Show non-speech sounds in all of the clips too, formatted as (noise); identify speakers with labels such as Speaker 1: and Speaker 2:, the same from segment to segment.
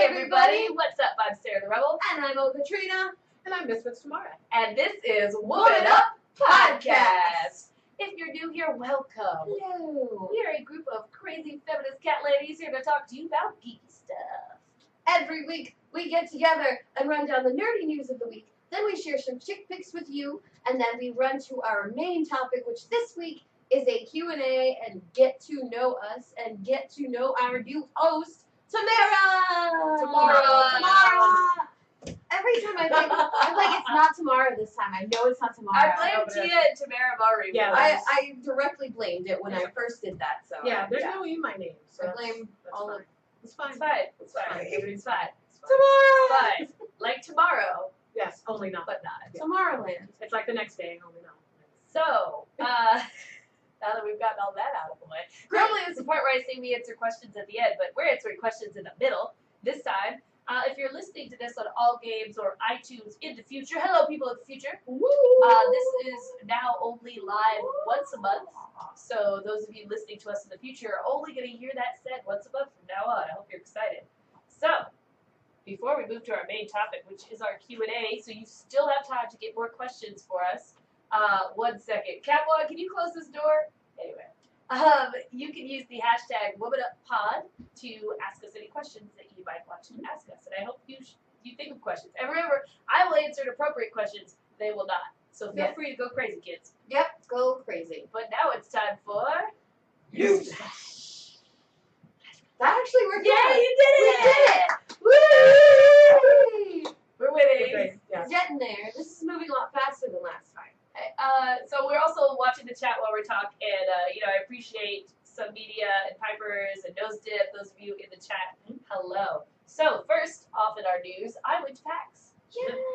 Speaker 1: everybody. What's up? I'm Sarah the Rebel.
Speaker 2: And I'm Olga Katrina.
Speaker 3: And I'm Misfits Tamara.
Speaker 1: And this is Woman Up Podcast. If you're new here, welcome.
Speaker 2: Hello.
Speaker 1: We are a group of crazy feminist cat ladies here to talk to you about geeky stuff.
Speaker 2: Every week we get together and run down the nerdy news of the week. Then we share some chick pics with you, and then we run to our main topic, which this week is a Q&A and get to know us and get to know our new host, Tamara.
Speaker 1: Tamara.
Speaker 2: Tamara. Every time I think, I'm like, it's not Tamara this time. I know it's not Tamara.
Speaker 1: I
Speaker 3: I
Speaker 1: blame
Speaker 3: know
Speaker 1: Tia and Tamara Murray.
Speaker 3: Yeah,
Speaker 2: I, I directly blamed it when I
Speaker 3: Yeah.
Speaker 2: first did that. So
Speaker 3: Yeah, there's
Speaker 1: yeah.
Speaker 3: no E in my name. So
Speaker 2: I
Speaker 3: that's-
Speaker 2: blame
Speaker 3: that's
Speaker 2: all
Speaker 3: fine.
Speaker 2: of
Speaker 3: It's fine.
Speaker 1: It's fine. It's fine.
Speaker 3: It's
Speaker 1: It's fine.
Speaker 3: It's fine.
Speaker 2: Tamara.
Speaker 1: But like tomorrow,
Speaker 3: Yes, only not.
Speaker 1: but not.
Speaker 2: Tomorrowland.
Speaker 3: It's like the next day, only not.
Speaker 1: So, uh, (laughs) now that we've gotten all that out of the way, normally this is the part where I say we answer questions at the end, but we're answering questions in the middle this time. Uh, if you're listening to this on all games or iTunes in the future, hello, people of the future. Uh, this is now only live once a month. So, those of you listening to us in the future are only going to hear that said once a month from now on. I hope you're excited. So, before we move to our main topic, which is our Q and A, so you still have time to get more questions for us. Uh, one second, Catwalk, can you close this door? Anyway, um, you can use the hashtag WomanUpPod to ask us any questions that you might want to ask us, and I hope you sh- you think of questions. And remember, I will answer appropriate questions; they will not. So feel
Speaker 2: Yeah.
Speaker 1: free to go crazy, kids.
Speaker 2: Yep, go crazy.
Speaker 1: But now it's time for
Speaker 2: That actually worked
Speaker 1: Yay!
Speaker 2: out.
Speaker 1: You did
Speaker 2: We
Speaker 1: it!
Speaker 2: did it! Woo!
Speaker 1: We're winning.
Speaker 3: Okay, Yeah.
Speaker 2: Getting there. This is moving a lot faster than last time.
Speaker 1: Uh, so we're also watching the chat while we talk, and uh, you know I appreciate some media and pipers and nose dip. Those of you in the chat, hello. So first off in our news, I went to PAX.
Speaker 2: Yeah. (laughs)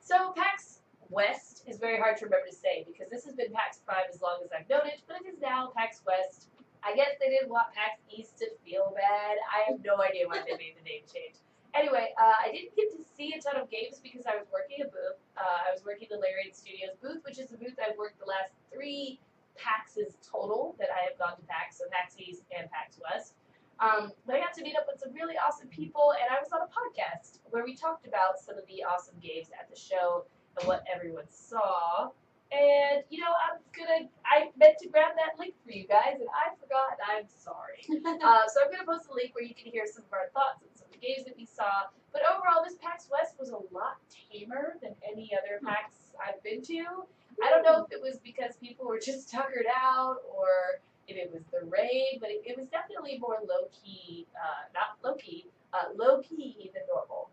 Speaker 1: So PAX West is very hard to remember to say because this has been PAX Prime as long as I've known it, but it is now PAX West. I guess they didn't want PAX East to feel bad. I have no idea why they made the name change. Anyway, uh, I didn't get to see a ton of games because I was working a booth. Uh, I was working the Larian Studios booth, which is the booth I've worked the last three PAXs total that I have gone to PAX, so PAX East and PAX West. Um, but I got to meet up with some really awesome people, and I was on a podcast where we talked about some of the awesome games at the show and what everyone saw. And you know, I'm gonna. I meant to grab that link for you guys, and I forgot. and I'm sorry. Uh, so I'm going to post a link where you can hear some of our thoughts and some of the games that we saw. But overall, this PAX West was a lot tamer than any
Speaker 2: Hmm.
Speaker 1: other PAX I've been to. I don't know if it was because people were just (laughs) tuckered out or if it was the rain, but it, it was definitely more low key, uh, not low key, uh, low key than normal.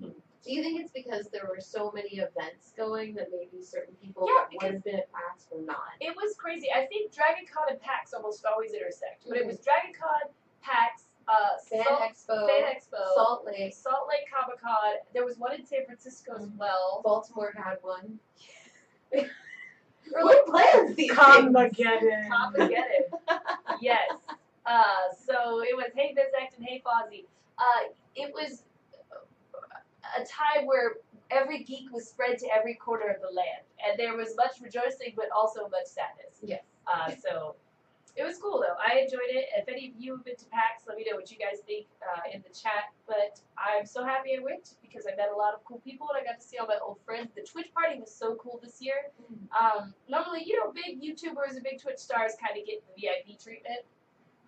Speaker 2: Do you think it's because there were so many events going that maybe certain people
Speaker 1: Yeah,
Speaker 2: that would have been at PAX were not?
Speaker 1: It was crazy. I think Dragon Con and PAX almost always intersect, but it
Speaker 2: Mhm.
Speaker 1: was Dragon Con, PAX, uh,
Speaker 2: Fan
Speaker 1: Salt,
Speaker 2: Expo,
Speaker 1: Fan Expo,
Speaker 2: Salt Lake,
Speaker 1: Salt Lake Comic Con. There was one in San Francisco as
Speaker 2: (laughs)
Speaker 1: well.
Speaker 2: Baltimore had one.
Speaker 1: Or
Speaker 2: Who plans these
Speaker 3: Come
Speaker 2: things?
Speaker 3: again.
Speaker 1: Complicated. yes. Uh, so it was hey Biz Act and hey Fozzie. Uh, it was a time where every geek was spread to every corner of the land, and there was much rejoicing, but also much sadness.
Speaker 2: (laughs) Yes.
Speaker 1: Uh, so it was cool though. I enjoyed it. If any of you have been to PAX, let me know what you guys think uh, in the chat. But I'm so happy I went because I met a lot of cool people and I got to see all my old friends. The Twitch party was so cool this year. Um, normally, you know, big YouTubers and big Twitch stars kind of get the VIP treatment.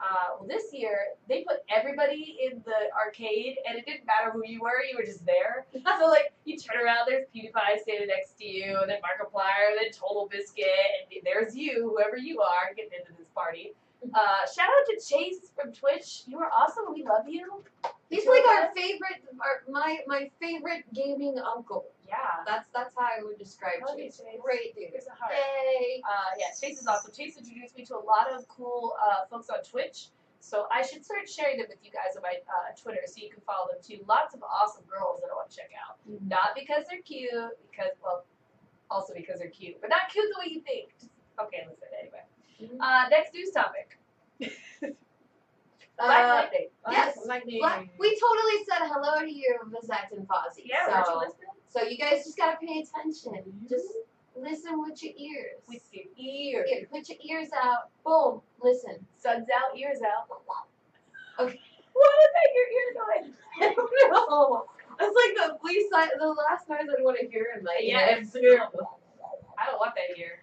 Speaker 1: Uh, well, this year they put everybody in the arcade, and it didn't matter who you were; you were just there. (laughs) so, like, you turn around, there's PewDiePie standing next to you, and then Markiplier, and then Total Biscuit, and there's you, whoever you are, getting into this party.
Speaker 2: Mm-hmm.
Speaker 1: Uh, shout out to Chase from Twitch. You are awesome. We love you.
Speaker 2: He's like our favorite, our, my my favorite gaming uncle.
Speaker 1: Yeah,
Speaker 2: That's that's how I would describe
Speaker 1: Love you,
Speaker 2: Chase.
Speaker 1: Chase.
Speaker 2: Great dude.
Speaker 1: here's a heart.
Speaker 2: Yay!
Speaker 1: Uh, yeah, Chase is awesome. Chase introduced me to a lot of cool uh, folks on Twitch, so I should start sharing them with you guys on my uh, Twitter so you can follow them too. Lots of awesome girls that I want to check out.
Speaker 2: Mm-hmm.
Speaker 1: Not because they're cute, because, well, also because they're cute, but not cute the way you think. Just- okay, listen, anyway.
Speaker 2: Mhm.
Speaker 1: Uh, next news topic
Speaker 2: Uh,
Speaker 1: Black Lightning.
Speaker 2: yes.
Speaker 3: Lightning.
Speaker 2: Black- we totally said hello to you, Vizette and Fozzie.
Speaker 1: Yeah, weren't you
Speaker 2: so,
Speaker 1: listening?
Speaker 2: so you guys just gotta pay attention. Just listen with your ears.
Speaker 1: With your ears.
Speaker 2: Here, put your ears out. Boom. Listen.
Speaker 1: Sun's out, ears out.
Speaker 2: Okay.
Speaker 1: (laughs) What is that your ear noise?
Speaker 2: (laughs) I don't Oh, that's like the least I, the last noise I'd want to hear in my
Speaker 1: Yeah,
Speaker 2: ear.
Speaker 1: it's terrible. I don't want that here.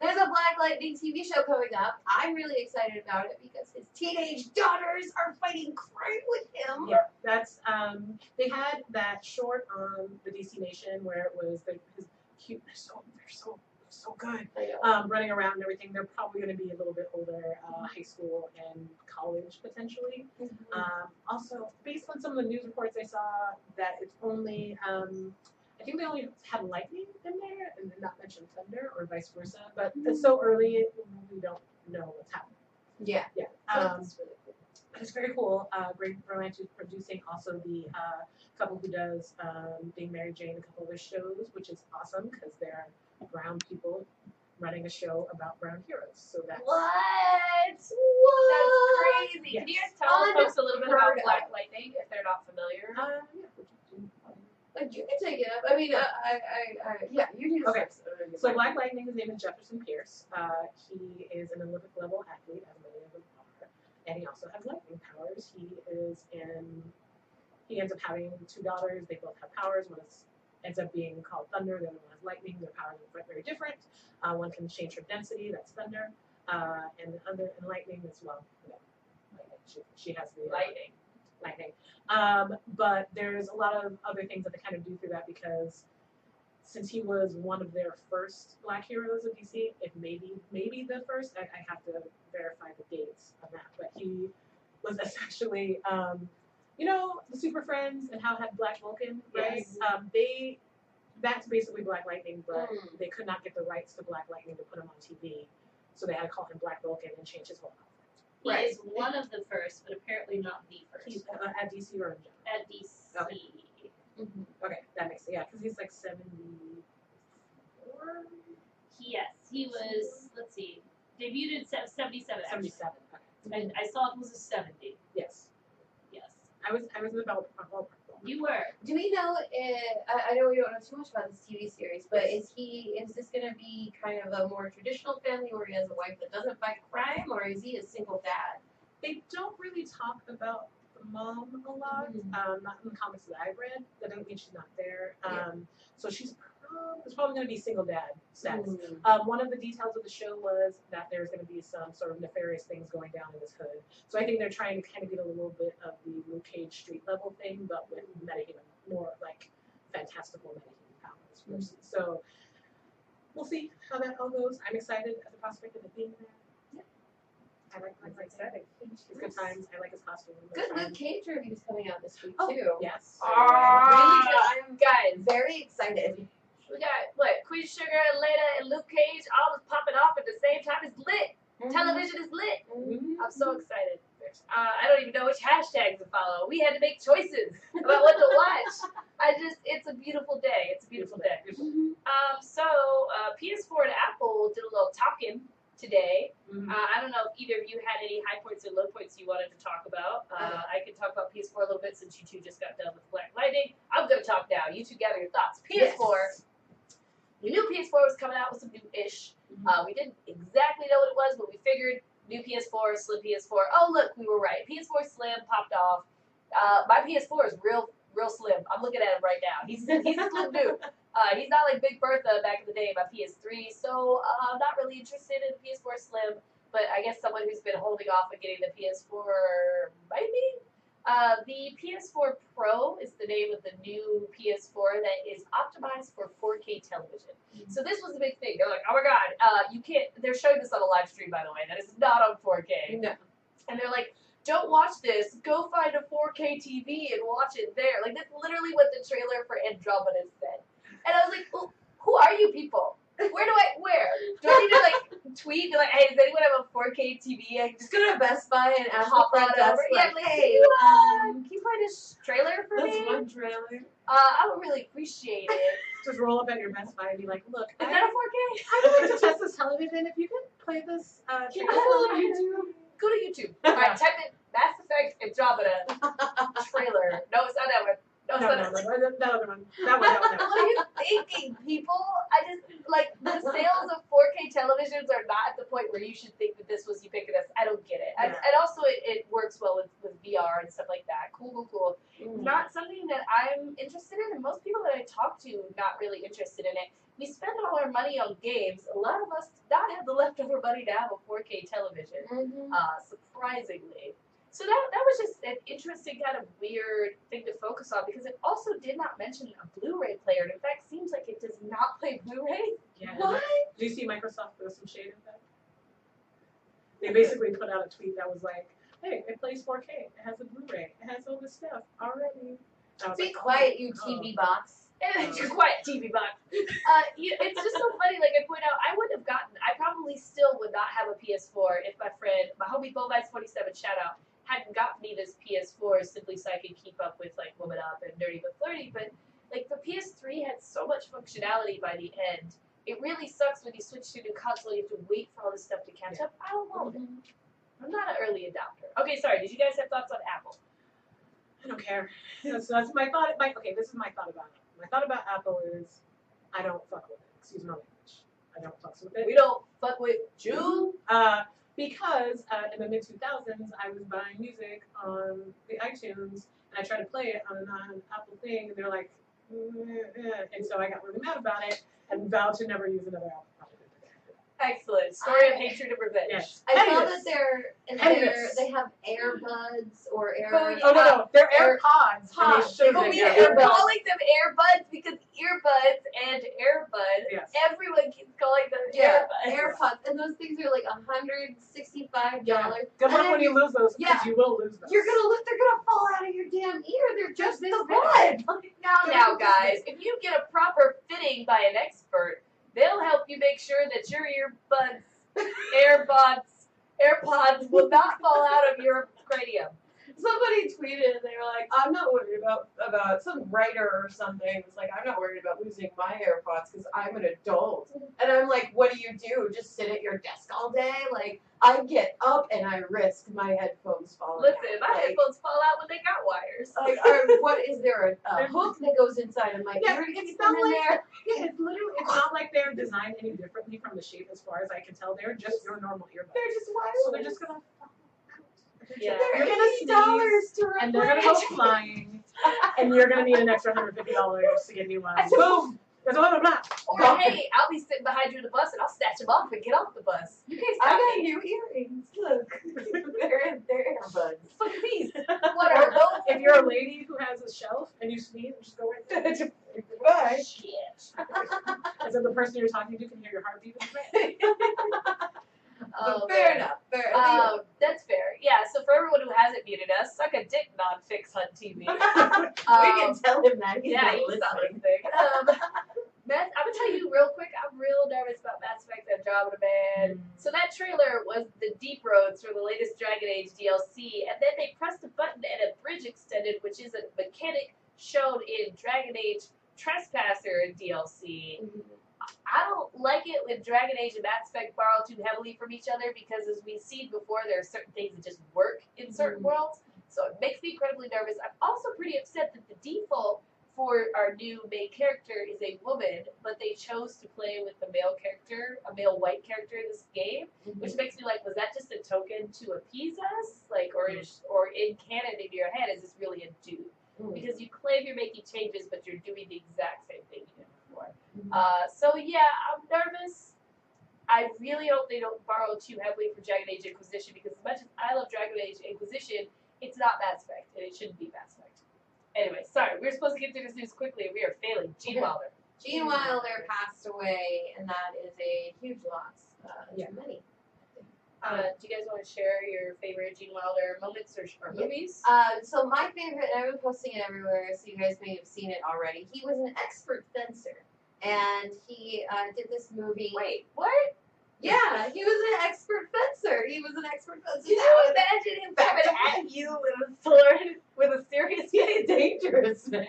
Speaker 2: There's a Black Lightning TV show coming up. I'm really excited about it because his teenage daughters are fighting crime with him.
Speaker 3: Yeah, that's um. They had that short on the DC Nation where it was the, his cute. They're so they're so so good.
Speaker 2: I know.
Speaker 3: Um, running around and everything. They're probably going to be a little bit older, uh, high school and college potentially.
Speaker 2: Mm-hmm.
Speaker 3: Um, also, based on some of the news reports I saw, that it's only um, I think they only had lightning in there and did not mention thunder or vice versa. But
Speaker 2: Mm-hmm.
Speaker 3: it's so early, we don't know what's happening.
Speaker 2: Yeah.
Speaker 3: Yeah.
Speaker 2: But
Speaker 3: Um,
Speaker 2: it's really cool.
Speaker 3: it's very cool. Uh, Greg Romance is producing also the uh, couple who does um, Being Mary Jane, and a couple other shows, which is awesome because they're brown people running a show about brown heroes. So that's
Speaker 2: What?
Speaker 1: That's
Speaker 2: What?
Speaker 1: crazy.
Speaker 3: Yes.
Speaker 1: Can you guys tell the folks a little bit about
Speaker 2: Unheard of.
Speaker 1: Black Lightning if they're not familiar?
Speaker 3: Uh, yeah, would you do-
Speaker 2: Like you can take it up. I mean, uh, I, I, I, yeah, you do.
Speaker 3: Okay.
Speaker 2: this episode.
Speaker 3: So Black Lightning, his name is Jefferson Pierce. Uh, he is an Olympic level athlete, as many of them are, and he also has lightning powers. He is in. He ends up having two daughters. They both have powers. One is, ends up being called thunder. The other one has lightning. Their powers are very- very different. Uh, one can change her density. That's thunder. Uh, and under and lightning as well. you know, lightning. She, she has the uh,
Speaker 1: Lightning.
Speaker 3: lightning. Um, but there's a lot of other things that they kind of do through that because since he was one of their first black heroes of DC, if maybe maybe the first, I, I have to verify the dates on that. But he was (laughs) essentially, um, you know, the Super Friends and how had Black Vulcan, right?
Speaker 1: Yes.
Speaker 3: Um, they that's basically Black Lightning, but
Speaker 2: Mm.
Speaker 3: they could not get the rights to Black Lightning to put him on TV, so they had to call him Black Vulcan and change his whole outfit.
Speaker 1: He
Speaker 2: Right.
Speaker 1: is one of the first, but apparently not the
Speaker 3: He's
Speaker 1: first.
Speaker 3: uh, at DC or in general.
Speaker 1: At DC.
Speaker 2: Mhm.
Speaker 3: Okay, that makes yeah, because he's like seventy-four,
Speaker 1: Yes, he was, let's see, debuted in se- 77. actually.
Speaker 3: seventy-seven. Okay,
Speaker 1: And I saw it was a 70.
Speaker 3: yes,
Speaker 1: Yes.
Speaker 3: I was I was in the bell ball
Speaker 1: You were.
Speaker 2: Do we know? If, I, I know we don't know too much about this TV series, but is he? Is this going to be kind of a more traditional family where he has a wife that doesn't fight crime, or is he a single dad?
Speaker 3: They don't really talk about the mom a lot.
Speaker 2: Mhm.
Speaker 3: Um, not in the comics that I've read. That doesn't mean she's not there. Um,
Speaker 2: Yeah.
Speaker 3: so she's prob- it's probably going to be single dad status.
Speaker 2: Mm.
Speaker 3: Um, one of the details of the show was that there's going to be some sort of nefarious things going down in this hood. So I think they're trying to kind of get a little bit of the Luke Cage street level thing, but with metahuman, more like fantastical metahuman powers. versus- So we'll see how that all goes. I'm excited at the prospect of it being there. I like Black Lightning. It's good times. I like his costume.
Speaker 2: Good
Speaker 3: It's
Speaker 2: Luke
Speaker 3: fun.
Speaker 2: Cage reviews coming out this week
Speaker 3: Oh,
Speaker 2: too.
Speaker 3: Yes.
Speaker 1: Ah.
Speaker 2: Really, I'm guys very excited.
Speaker 1: We got what Queen Sugar, Leda, and Luke Cage all just popping off at the same time. It's lit.
Speaker 2: Mm-hmm.
Speaker 1: Television is lit.
Speaker 3: Mhm.
Speaker 1: I'm so excited. Uh, I don't even know which hashtags to follow. We had to make choices about what
Speaker 2: (laughs)
Speaker 1: to watch. I just, it's a beautiful day. It's a beautiful day.
Speaker 2: Mhm.
Speaker 1: Um, so uh, PS4 and Apple did a little talking today.
Speaker 3: Mhm.
Speaker 1: Uh, I don't know if either of you had any high points or low points you wanted to talk about. Uh, I can talk about PS4 a little bit since you two just got done with Black Lightning. I'm going to talk now. You two gather your thoughts. PS4.
Speaker 2: Yes.
Speaker 1: We knew PS4 was coming out with some new ish.
Speaker 3: Mhm.
Speaker 1: Uh, we didn't exactly know what it was, but we figured new PS4, slim PS4. Oh, look, we were right. PS4 slim popped off. Uh, my PS4 is real, real slim. I'm looking at him right now. He's he's a slim dude. Uh, he's not like Big Bertha back in the day, my PS3. So uh, I'm not really interested in the PS4 slim. But I guess someone who's been holding off on getting the PS4 might be. Uh, the PS4 Pro is the name of the new PS4 that is optimized for 4K television. So this was a big thing. They're like, oh my god, uh, you can't. They're showing this on a live stream, by the way. That is not on 4K.
Speaker 2: No.
Speaker 1: And they're like, don't watch this. Go find a 4K TV and watch it there. Like that's literally what the trailer for Andromeda said. And I was like, well, who are you people? Where do I? Where do I need to like tweet? Be Like, hey, does anyone have a 4K TV? I can just
Speaker 2: Just go to Best Buy and ask
Speaker 1: hop
Speaker 2: the
Speaker 1: on
Speaker 2: front desk,
Speaker 1: over. Yeah,
Speaker 2: like,
Speaker 1: like,
Speaker 2: hey,
Speaker 1: can you, uh,
Speaker 2: um,
Speaker 1: can you find a sh- trailer for
Speaker 2: that's
Speaker 1: me?
Speaker 2: one trailer.
Speaker 1: Uh, I would really appreciate it.
Speaker 3: Just roll up at your Best Buy and be like, look,
Speaker 1: Is (laughs)
Speaker 3: I-
Speaker 1: that a 4K?
Speaker 3: I would like to test this television. If you can play this, uh,
Speaker 1: Can
Speaker 3: trailer
Speaker 1: I-
Speaker 3: on YouTube.
Speaker 1: Go to
Speaker 3: (laughs)
Speaker 1: YouTube. All right, type in Mass Effect Andromeda trailer. No, it's not that one. No,
Speaker 3: No,
Speaker 1: it's not
Speaker 3: no, no,
Speaker 1: that one.
Speaker 3: no, that other one. That one, that one, that
Speaker 2: (laughs)
Speaker 3: one.
Speaker 1: What are you thinking, people? I just like the
Speaker 3: (laughs)
Speaker 1: sales of 4K televisions are not at the point where you should think that this was ubiquitous. I don't get it. And,
Speaker 3: Yeah.
Speaker 1: and also, it, it works well with, with VR and stuff like that. Cool, cool, cool.
Speaker 3: Mm.
Speaker 1: not something that I'm interested in, and most people that I talk to not really interested in it. We spend all our money on games. A lot of us did not have the leftover money to have a 4K television,
Speaker 2: Mhm.
Speaker 1: uh, surprisingly. So that that was just an interesting kind of weird thing to focus on because it also did not mention a Blu-ray player, and in fact seems like it does not play Blu-ray.
Speaker 3: Yeah.
Speaker 2: What?
Speaker 3: Do you see Microsoft throw some shade at that? They basically put out a tweet that was like, "Hey, it plays 4K. It has a Blu-ray. It has all this stuff already." And I was
Speaker 2: Be
Speaker 3: like, oh,
Speaker 2: quiet, you
Speaker 3: oh.
Speaker 2: TV box.
Speaker 1: And you're quiet, TV box. Uh, you, it's just so funny. Like I point out, I would have gotten. I probably still would not have a PS4 if my friend, my homie Bovice Forty Seven, shout out, hadn't got me this PS4 simply so I could keep up with like Woman Up and Dirty but Flirty. But like the PS3 had so much functionality by the end. It really sucks when you switch to a new console. You have to wait for all this stuff to catch up. I don't
Speaker 2: Oh.
Speaker 1: want it. I'm not an early adopter. Okay, sorry. Did you guys have thoughts on Apple?
Speaker 3: I don't care. That's, that's my thought. My, okay, this is my thought about it. My thought about Apple is, I don't fuck with it. Excuse my language. I don't fuck with it.
Speaker 1: We don't fuck with Jew.
Speaker 3: Uh, because uh, in the mid 2000s, I was buying music on the iTunes and I tried to play it on an on Apple thing, and they're like, "Eh, eh," and so I got really mad about it and vowed to never use another Apple product.
Speaker 1: Excellent story of
Speaker 2: I-
Speaker 1: hatred and revenge.
Speaker 3: Yes.
Speaker 2: I saw
Speaker 3: Anyways.
Speaker 2: that they're and they're
Speaker 3: Anyways.
Speaker 2: they have AirBuds or Air. uh,
Speaker 1: Oh, yeah.
Speaker 3: Oh no, no, they're
Speaker 2: Air-
Speaker 3: AirPods. and they
Speaker 2: Pods.
Speaker 3: showed
Speaker 2: But
Speaker 3: it.
Speaker 2: we
Speaker 3: Yeah,
Speaker 2: have
Speaker 1: are
Speaker 2: Airbuds.
Speaker 1: calling them earbuds because earbuds and earbud.
Speaker 3: Yes.
Speaker 1: Everyone keeps calling them
Speaker 2: Yeah,
Speaker 1: earbuds.
Speaker 2: AirPods, and those things are like hundred sixty-five
Speaker 3: Yeah.
Speaker 2: dollars.
Speaker 3: Good
Speaker 2: And
Speaker 3: luck
Speaker 2: then
Speaker 3: when you lose those, because
Speaker 2: yeah.
Speaker 3: you will lose those.
Speaker 2: You're gonna look; they're gonna fall out of your damn ear. They're just
Speaker 3: this
Speaker 2: the
Speaker 3: big.
Speaker 2: one.
Speaker 1: Now, now, guys, if you get a proper fitting by an expert, they'll help you make sure that your earbuds, airbuds, AirPods will not fall out of your cranium.
Speaker 4: Somebody tweeted and they were like, I'm not worried about about some writer or something was like, I'm not worried about losing my AirPods because I'm an adult. And I'm like, what do you do? Just sit at your desk all day? Like, I get up and I risk my headphones falling.
Speaker 1: Listen,
Speaker 4: out.
Speaker 1: my
Speaker 4: like,
Speaker 1: headphones fall out when they got wires.
Speaker 2: Uh,
Speaker 4: like, are, what is there a, a
Speaker 3: They're-
Speaker 4: hook that goes inside of my
Speaker 3: Yeah,
Speaker 4: ear? to
Speaker 3: it's
Speaker 4: keep
Speaker 3: not
Speaker 4: them in
Speaker 3: like-
Speaker 4: there. (laughs)
Speaker 3: Yeah, it's literally, it's not like they're designed any differently from the shape as far as I can tell. They're just your normal earbuds.
Speaker 4: They're just wireless.
Speaker 3: So they're just gonna fall out.
Speaker 1: Yeah.
Speaker 3: You're
Speaker 4: They're
Speaker 3: gonna
Speaker 4: eighty dollars to replace.
Speaker 3: and they're gonna go flying, and you're gonna need an extra hundred fifty dollars to get new ones. Boom. That's blah blah blah.
Speaker 1: Or
Speaker 4: Well-
Speaker 1: hey, I'll be sitting behind you in the bus and I'll snatch them off and get off the bus. You can't
Speaker 4: I
Speaker 1: stop
Speaker 4: got
Speaker 1: me.
Speaker 4: new earrings. Look, (laughs)
Speaker 3: (laughs)
Speaker 4: they're they're earbuds.
Speaker 1: Look at
Speaker 4: (laughs)
Speaker 1: these. What are those?
Speaker 3: If you're a lady who has a shelf and you sneeze, just go right there. (laughs)
Speaker 4: Goodbye.
Speaker 1: Shit.
Speaker 3: And so the person you're talking to can hear your heartbeat. in the back.
Speaker 1: Oh,
Speaker 4: But fair
Speaker 1: man.
Speaker 4: enough. Fair enough.
Speaker 1: Um, that's fair. Yeah. So for everyone who hasn't muted us, suck a dick, non-fix on TV.
Speaker 4: we can
Speaker 1: Um,
Speaker 4: tell him that. He's
Speaker 1: yeah,
Speaker 4: not
Speaker 1: you sound
Speaker 4: listening.
Speaker 1: like thing.
Speaker 4: (laughs)
Speaker 1: Um, Mass, I'm gonna tell you real quick. I'm real nervous about Mass Effect Andromeda, man.
Speaker 4: Mm.
Speaker 1: So that trailer was the deep roads for the latest Dragon Age DLC, and then they pressed a button and a bridge extended, which is a mechanic shown in Dragon Age Trespasser DLC.
Speaker 4: Mm-hmm.
Speaker 1: I don't like it when Dragon Age and Mass Effect borrow too heavily from each other because, as we've seen before, there are certain things that just work in certain
Speaker 4: Mm-hmm.
Speaker 1: worlds. So it makes me incredibly nervous. I'm also pretty upset that the default for our new main character is a woman, but they chose to play with the male character, a male white character in this game, which makes me like, was that just a token to appease us? Like, or is, or in canon in your head, is this really a dude? because you claim you're making changes, but you're doing the exact same thing you did before. Uh, so yeah, I'm nervous. I really hope they don't borrow too heavily from Dragon Age Inquisition because as much as I love Dragon Age Inquisition, it's not Mass Effect and it shouldn't be Mass Effect. Anyway, sorry, we were supposed to get through this news quickly and we are failing. Gene Wilder.
Speaker 2: Gene Wilder passed away, and that is a huge loss uh,
Speaker 3: Yeah.
Speaker 2: to many.
Speaker 1: Uh, do you guys want to share your favorite Gene Wilder moments or, or
Speaker 2: Yeah.
Speaker 1: movies?
Speaker 2: Um, so my favorite, and I've been posting it everywhere, so you guys may have seen it already. He was an expert fencer, and he uh, did this movie.
Speaker 1: Wait, what? (laughs)
Speaker 2: Yeah, he was an expert fencer. He was an expert fencer.
Speaker 1: Did you imagine him
Speaker 2: (laughs)
Speaker 1: coming at you with a sword with a serious (laughs) face?
Speaker 4: dangerous, man.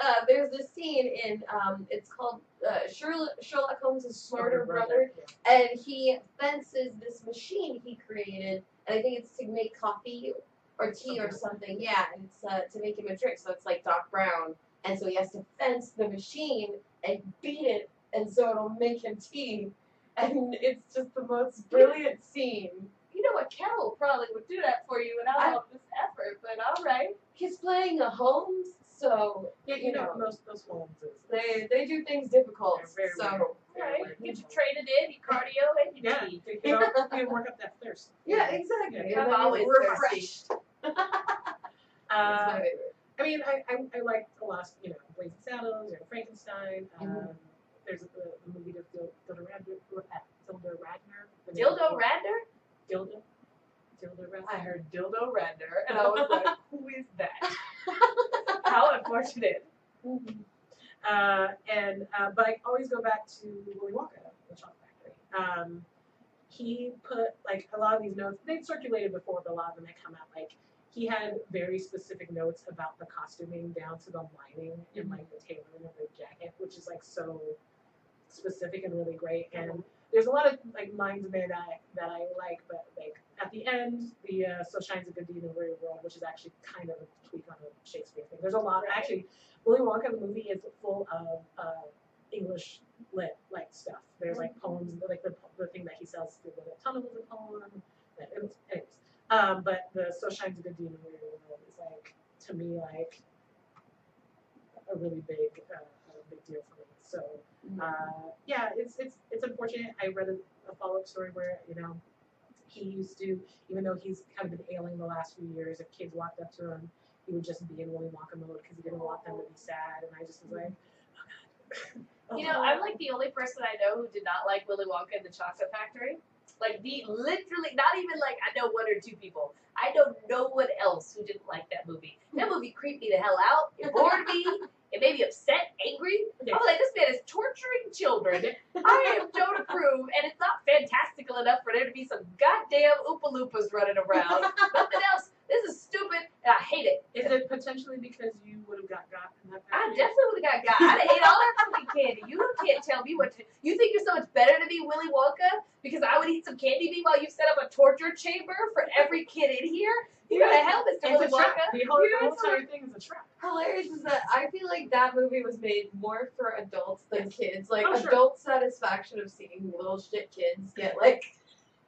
Speaker 2: uh, there's this scene in um, it's called uh, Sherlock, Sherlock Holmes' Smarter Brother, and he fences this machine he created, and I think it's to make coffee or tea or something. Yeah, and it's uh, to make him a drink. So it's like Doc Brown, and so he has to fence the machine and beat it, and so it'll make him tea. And it's just the most brilliant scene.
Speaker 1: You know what? Carol probably would do that for you without
Speaker 2: I-
Speaker 1: all of this effort, but all right.
Speaker 2: He's playing the Holmes, so
Speaker 3: Yeah, you know, most most homes is
Speaker 2: they they do things difficult.
Speaker 3: They're
Speaker 2: so
Speaker 3: very weird.
Speaker 1: All right. Get you traded in, you cardio, and you
Speaker 3: Yeah,
Speaker 1: tea.
Speaker 3: you know, you can work up that thirst.
Speaker 2: yeah, exactly.
Speaker 3: Yeah.
Speaker 2: And
Speaker 1: I'm
Speaker 2: then
Speaker 1: always
Speaker 2: he's
Speaker 1: thirsty.
Speaker 2: refreshed. That's
Speaker 3: Uh,
Speaker 2: my favorite.
Speaker 3: I mean, I, I, I liked a lot, of, you know, Blazing Saddles and Frankenstein. Um,
Speaker 2: Mhm.
Speaker 3: There's the, the movie with Dil- Dilda Radner. uh, Dilda Radner. The name of
Speaker 1: Dildo
Speaker 3: the-
Speaker 1: Radner?
Speaker 3: Dilda. Dilda Radner.
Speaker 4: I heard dildo render, and I was like, who is
Speaker 1: (laughs)
Speaker 4: that?
Speaker 3: How unfortunate.
Speaker 2: Mm-hmm.
Speaker 3: Uh, and uh, but I always go back to Willy Wonka, the Chocolate Factory. Um, he put like a lot of these notes. They'd circulated before, but a lot of them had come out. Like he had very specific notes about the costuming down to the lining and like the tailoring of the jacket, which is like so specific and really great. And there's a lot of like lines in there that I, that I like, but like at the end, the uh, "So Shines a Good Deed in the Weary World," which is actually kind of a tweak on a Shakespeare thing. There's a lot
Speaker 1: Right.
Speaker 3: actually. Willy Wonka the movie is full of uh, English lit like stuff. There's like
Speaker 1: Mm-hmm.
Speaker 3: poems, like the, the thing that he sells through the tunnel is a poem. Like, it was, anyways. Um, but the So Shines a Good Deed in the Weary World is like to me like a really big uh, a big deal for me. So
Speaker 1: Mm-hmm.
Speaker 3: uh, yeah, it's it's it's unfortunate. I read a, a follow up story where you know he used to, even though he's kind of been ailing the last few years, if kids walked up to him, he would just be in Willy Wonka mode because he didn't want them to be sad. And I just was like, oh god.
Speaker 1: Mm-hmm.
Speaker 3: (laughs)
Speaker 1: You know, I'm like the only person I know who did not like Willy Wonka and the Chocolate Factory. Like the literally, not even like I know one or two people. I know no one else who didn't like that movie. That movie creeped me the hell out. It bored me. It made me upset, angry. I
Speaker 3: Oh,
Speaker 1: was like, this man is torturing children. I am don't approve, and it's not fantastical enough for there to be some goddamn Oompa Loompas running around. Nothing else. This is stupid, and I hate it.
Speaker 3: Is it potentially because you would have got got in that?
Speaker 1: I
Speaker 3: package?
Speaker 1: definitely would have got got. I'd have ate all that fucking candy. You can't tell me what to. You think you're so much better to be Willy Wonka because I would eat some candy bean while you set up a torture chamber for every kid in here? You gotta help, Mr. Willy
Speaker 3: It's a trap.
Speaker 1: Wonka.
Speaker 3: The whole, the
Speaker 4: You
Speaker 3: whole
Speaker 4: know,
Speaker 3: entire thing is a trap.
Speaker 2: Hilarious is that I feel like that movie was made more for adults than kids. Like
Speaker 3: Oh, sure.
Speaker 2: adult satisfaction of seeing little shit kids get like
Speaker 3: (laughs)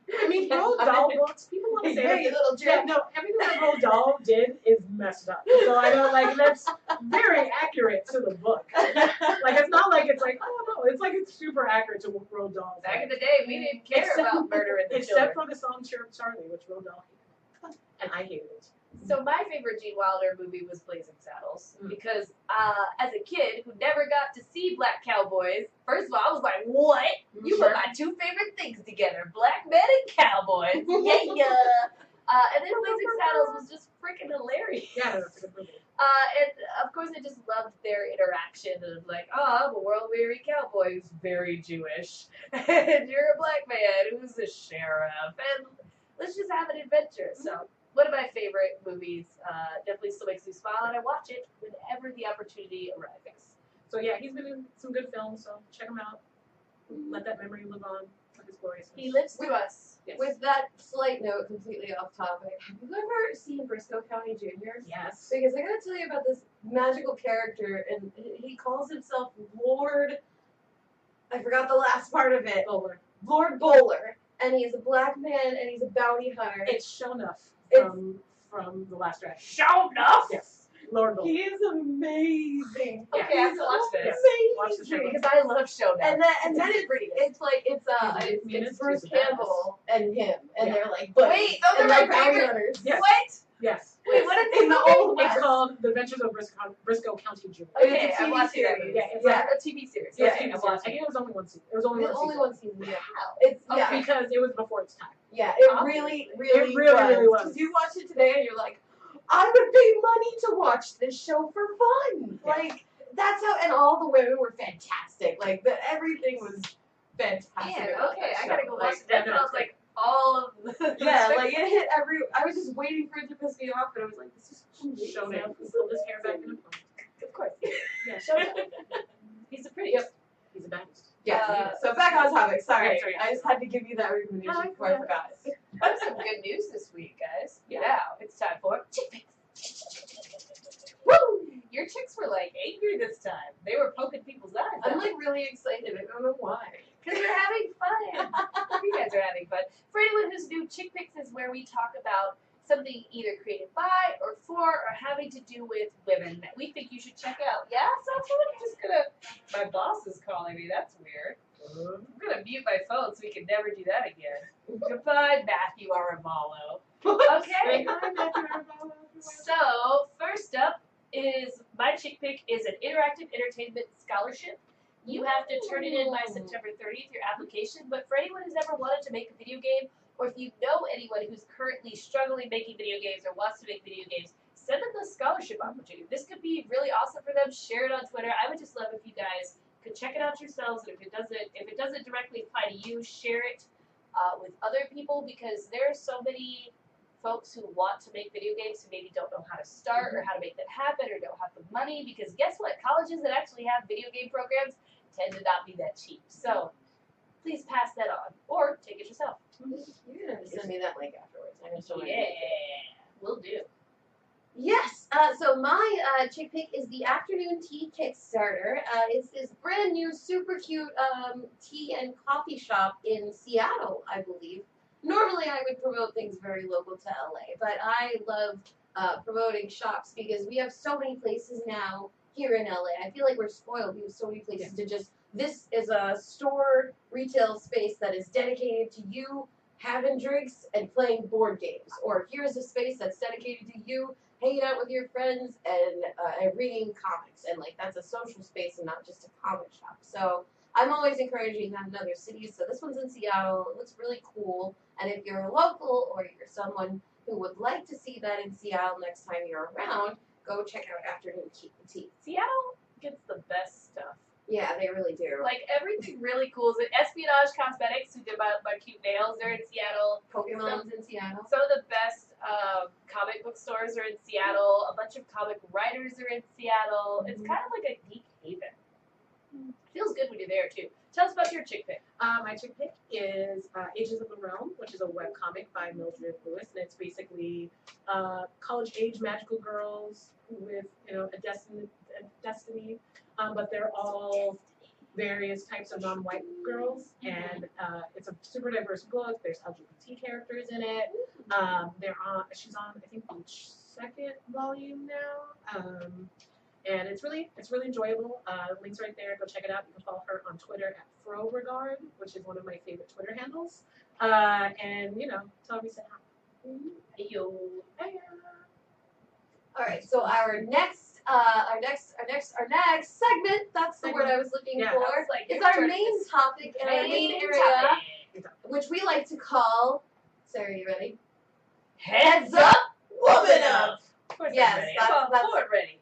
Speaker 3: I (laughs) mean,
Speaker 2: (laughs)
Speaker 3: Roald Dahl books. People want to say that
Speaker 2: hey, you little
Speaker 3: Yeah,
Speaker 2: jerk.
Speaker 3: no, everything that (laughs) Roald Dahl did is messed up. So I don't like that's very accurate to the (laughs) book. Like it's not like it's like oh no, it's like it's super accurate to what Roald Dahl.
Speaker 1: Back in the day, we didn't care
Speaker 3: Except-
Speaker 1: about murdering the
Speaker 3: except
Speaker 1: children.
Speaker 3: for the song "Cheer Up Charlie," which Roald Dahl hated, and I hated it.
Speaker 1: So my favorite Gene Wilder movie was Blazing Saddles
Speaker 3: Mm.
Speaker 1: because uh, as a kid who never got to see Black Cowboys, first of all, I was like, what? You put my two favorite things together, black men and
Speaker 3: (laughs)
Speaker 1: cowboys. Yeah, yeah. Uh, and then Blazing Saddles was just freaking hilarious.
Speaker 3: Yeah, no, that's a good movie.
Speaker 1: Uh, and of course, I just loved their interaction of like, oh, I'm a world weary cowboy who's very Jewish, (laughs) and you're a black man who's a sheriff, and let's just have an adventure. So, one of my favorite movies uh, definitely still makes me smile, and I watch it whenever the opportunity arises.
Speaker 3: So yeah, he's been in some good films. So check him out. Let that memory live on with his glorious.
Speaker 1: He lives through us.
Speaker 3: Yes.
Speaker 2: With that slight note, completely off topic, have you ever seen Briscoe County Jr.?
Speaker 3: yes.
Speaker 2: Because I gotta tell you about this magical character, and he calls himself Lord. I forgot the last part of it.
Speaker 3: Over.
Speaker 2: Lord Bowler, and he's a black man, and he's a bounty hunter.
Speaker 3: It's Shonuff
Speaker 2: It's-
Speaker 3: from from the Last Dragon.
Speaker 1: Show enough.
Speaker 3: Yes, Lord. Voldemort.
Speaker 4: He is amazing.
Speaker 1: Okay, I have to watch this
Speaker 2: Amazing.
Speaker 3: Watch the trailer.
Speaker 1: because I love Show enough.
Speaker 2: And then, and
Speaker 1: It's
Speaker 2: then
Speaker 1: the
Speaker 2: it's
Speaker 1: prettiest.
Speaker 2: it's like it's uh
Speaker 3: He's a
Speaker 2: it's,
Speaker 3: menace,
Speaker 2: it's Bruce
Speaker 3: he's a badass.
Speaker 2: Campbell and him, and
Speaker 3: Yeah.
Speaker 2: they're like
Speaker 1: Wait, those
Speaker 2: and
Speaker 1: are my
Speaker 2: they're bounty
Speaker 1: favorite-
Speaker 2: hunters.
Speaker 3: Yes.
Speaker 1: What?
Speaker 3: Yes.
Speaker 1: Wait, what is
Speaker 2: in the old
Speaker 3: It's
Speaker 2: West.
Speaker 3: called The Adventures of Briscoe, Briscoe County Jr.
Speaker 2: It's a
Speaker 1: Okay, I'm
Speaker 2: TV
Speaker 1: watching that
Speaker 2: series.
Speaker 1: movie.
Speaker 3: Yeah, it's
Speaker 1: yeah, a TV series.
Speaker 3: Yeah,
Speaker 2: Yeah,
Speaker 3: I
Speaker 1: okay, I'm
Speaker 3: think it was
Speaker 1: watching. it.
Speaker 3: only one season. It was only
Speaker 2: The
Speaker 3: one
Speaker 2: only
Speaker 3: season.
Speaker 2: one season.
Speaker 1: Wow.
Speaker 2: Yeah. It's
Speaker 1: Okay.
Speaker 2: yeah,
Speaker 3: Because it was before its time.
Speaker 2: yeah. It
Speaker 1: Obviously.
Speaker 2: really, really,
Speaker 3: It really, really was.
Speaker 2: Because you watch it today and you're like,
Speaker 4: I would pay money to watch this show for fun.
Speaker 2: like that's how. And all the women were fantastic. Like the, everything was fantastic.
Speaker 1: Man,
Speaker 2: about
Speaker 1: okay,
Speaker 2: that
Speaker 1: I gotta
Speaker 2: show.
Speaker 1: go
Speaker 2: Like,
Speaker 1: watch it. That's when I was like, all of (laughs) the
Speaker 2: Yeah, like it hit every. I was just waiting for it to piss me off, but I was like, this is amazing.
Speaker 3: Shown up, pulled his hair back in a ponytail.
Speaker 1: of course.
Speaker 3: Yeah,
Speaker 1: Show up. He's a pretty. Yep.
Speaker 3: He's a badass.
Speaker 2: Yeah.
Speaker 1: Uh,
Speaker 2: so back on topic. Sorry,
Speaker 3: Yeah, sorry.
Speaker 2: I just had to give you that recommendation
Speaker 3: No, I
Speaker 2: before I forgot. it.
Speaker 1: I have some good news this week, guys.
Speaker 3: Yeah.
Speaker 1: Now it's time for chick picks. Woo! Your chicks were like angry this time. They were poking people's eyes.
Speaker 2: I'm like really excited. I don't know why.
Speaker 1: because you're having fun. you guys are having fun. For anyone who's new, Chick Picks is where we talk about something either created by or for or having to do with women that we think you should check out. Yeah, so I'm just gonna. My boss is calling me. That's weird. I'm gonna mute my phone so we can never do that again. Goodbye, Matthew Aramalo. Okay. So, first up is my chick pick is an interactive entertainment scholarship. You have to turn it in by September 30th, your application. But for anyone who's ever wanted to make a video game, or if you know anyone who's currently struggling making video games or wants to make video games, send them the scholarship opportunity. This could be really awesome for them. Share it on Twitter. I would just love if you guys could check it out yourselves. And if it doesn't, if it doesn't directly apply to you, share it uh, with other people because there are so many folks who want to make video games who maybe don't know how to start or how to make that happen or don't have the money because guess what colleges that actually have video game programs tend to not be that cheap so please pass that on or take it yourself
Speaker 4: You're gonna send me that link afterwards. I'm just
Speaker 1: yeah we'll do
Speaker 2: Yes. Uh, so my uh, chick pick is the afternoon tea Kickstarter. Uh, it's this brand new, super cute um, tea and coffee shop in Seattle, I believe. Normally, I would promote things very local to LA, but I love uh, promoting shops because we have so many places now here in LA. I feel like we're spoiled. We have so many places to just. This is a store retail space that is dedicated to you having drinks and playing board games. Or here's a space that's dedicated to you hanging out with your friends and, uh, and reading comics. And like that's a social space and not just a comic shop. So I'm always encouraging that in other cities. So this one's in Seattle. It looks really cool. And if you're a local or you're someone who would like to see that in Seattle next time you're around, go check out Afternoon Tea- Tea.
Speaker 1: seattle gets the best stuff
Speaker 2: Yeah, they really do.
Speaker 1: like everything really cool is it espionage cosmetics who did my, my cute nails they're in seattle
Speaker 2: Pokemon's in Seattle.
Speaker 1: Some of the best um, comic book stores are in Seattle. A bunch of comic writers are in Seattle.
Speaker 2: Mm-hmm.
Speaker 1: It's kind of like a geek haven. Feels good when you're there too. Tell us about your chick pick.
Speaker 3: Uh, my chick pick is uh, Agents of the Realm, which is a webcomic by Mildred Lewis, and it's basically uh, college-age magical girls with you know a destiny, a destiny, um, but they're all various types of non-white girls, and uh, it's a super diverse book. There's LGBT characters in it. Um, they're on. She's on. I think the second volume now. Um, and it's really it's really enjoyable. Uh, links right there. Go check it out. You can follow her on Twitter at Frogregard, which is one of my favorite Twitter handles. Uh, and you know, tell me say hi.
Speaker 1: Yo.
Speaker 3: Hiya.
Speaker 2: All right, so our next, uh, our next, our next, our next segment. That's the word I was looking
Speaker 3: Yeah,
Speaker 2: for.
Speaker 1: I was like,
Speaker 2: It's
Speaker 1: your
Speaker 2: our
Speaker 1: turn.
Speaker 2: main topic and our main
Speaker 1: Main
Speaker 2: area,
Speaker 1: topic.
Speaker 2: which we like to call. Sarah, you ready?
Speaker 1: Heads up,
Speaker 2: up,
Speaker 1: woman up. Of course
Speaker 2: Yes,
Speaker 1: I'm ready.
Speaker 2: that's-
Speaker 1: I'm
Speaker 2: that's-
Speaker 1: forward ready.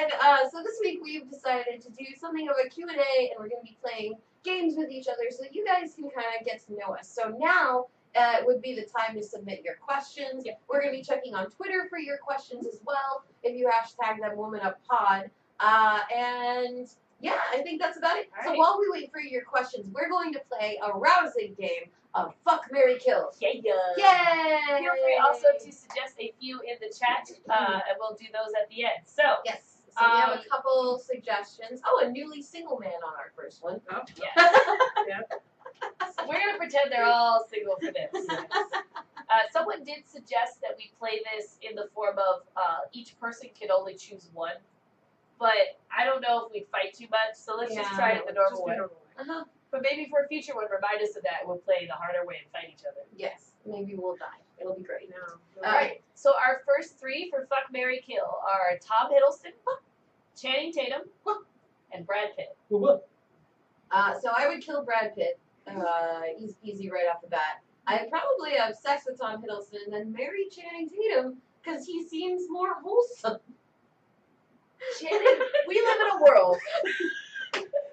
Speaker 2: And uh, so this week we've decided to do something of a Q&A, and we're going to be playing games with each other so that you guys can kind of get to know us. So now uh, would be the time to submit your questions.
Speaker 3: Yeah.
Speaker 2: We're going to be checking on Twitter for your questions as well if you hashtag them WomanUpPod. Uh, and yeah, I think that's about it.
Speaker 1: All
Speaker 2: so
Speaker 1: right.
Speaker 2: while we wait for your questions, we're going to play a rousing game of Fuck, Mary Kill.
Speaker 1: Yeah.
Speaker 2: Yay!
Speaker 1: Feel free also to suggest a few in the chat, uh, and we'll do those at the end. So,
Speaker 2: Yes. So we have
Speaker 1: Um,
Speaker 2: a couple suggestions. Oh, a newly single man on our first one.
Speaker 3: Oh,
Speaker 1: yes. We're gonna pretend they're all single for this. Uh, someone did suggest that we play this in the form of uh, each person can only choose one, but I don't know if we'd fight too much, so let's just
Speaker 2: Yeah.
Speaker 1: try it the normal
Speaker 3: Just
Speaker 1: way.
Speaker 3: normal way.
Speaker 2: Uh-huh.
Speaker 1: But maybe for a future one, remind us of that. and We'll play the harder way and fight each other.
Speaker 2: Yes. Maybe we'll die. It'll be great.
Speaker 3: No.
Speaker 2: Uh,
Speaker 1: All right. So our first three for fuck, Mary kill are Tom Hiddleston, Channing Tatum, and Brad Pitt.
Speaker 2: Uh, so I would kill Brad Pitt. Uh, he's easy right off the bat. I'd probably have sex with Tom Hiddleston and then marry Channing Tatum because he seems more wholesome.
Speaker 1: Channing, we live in a world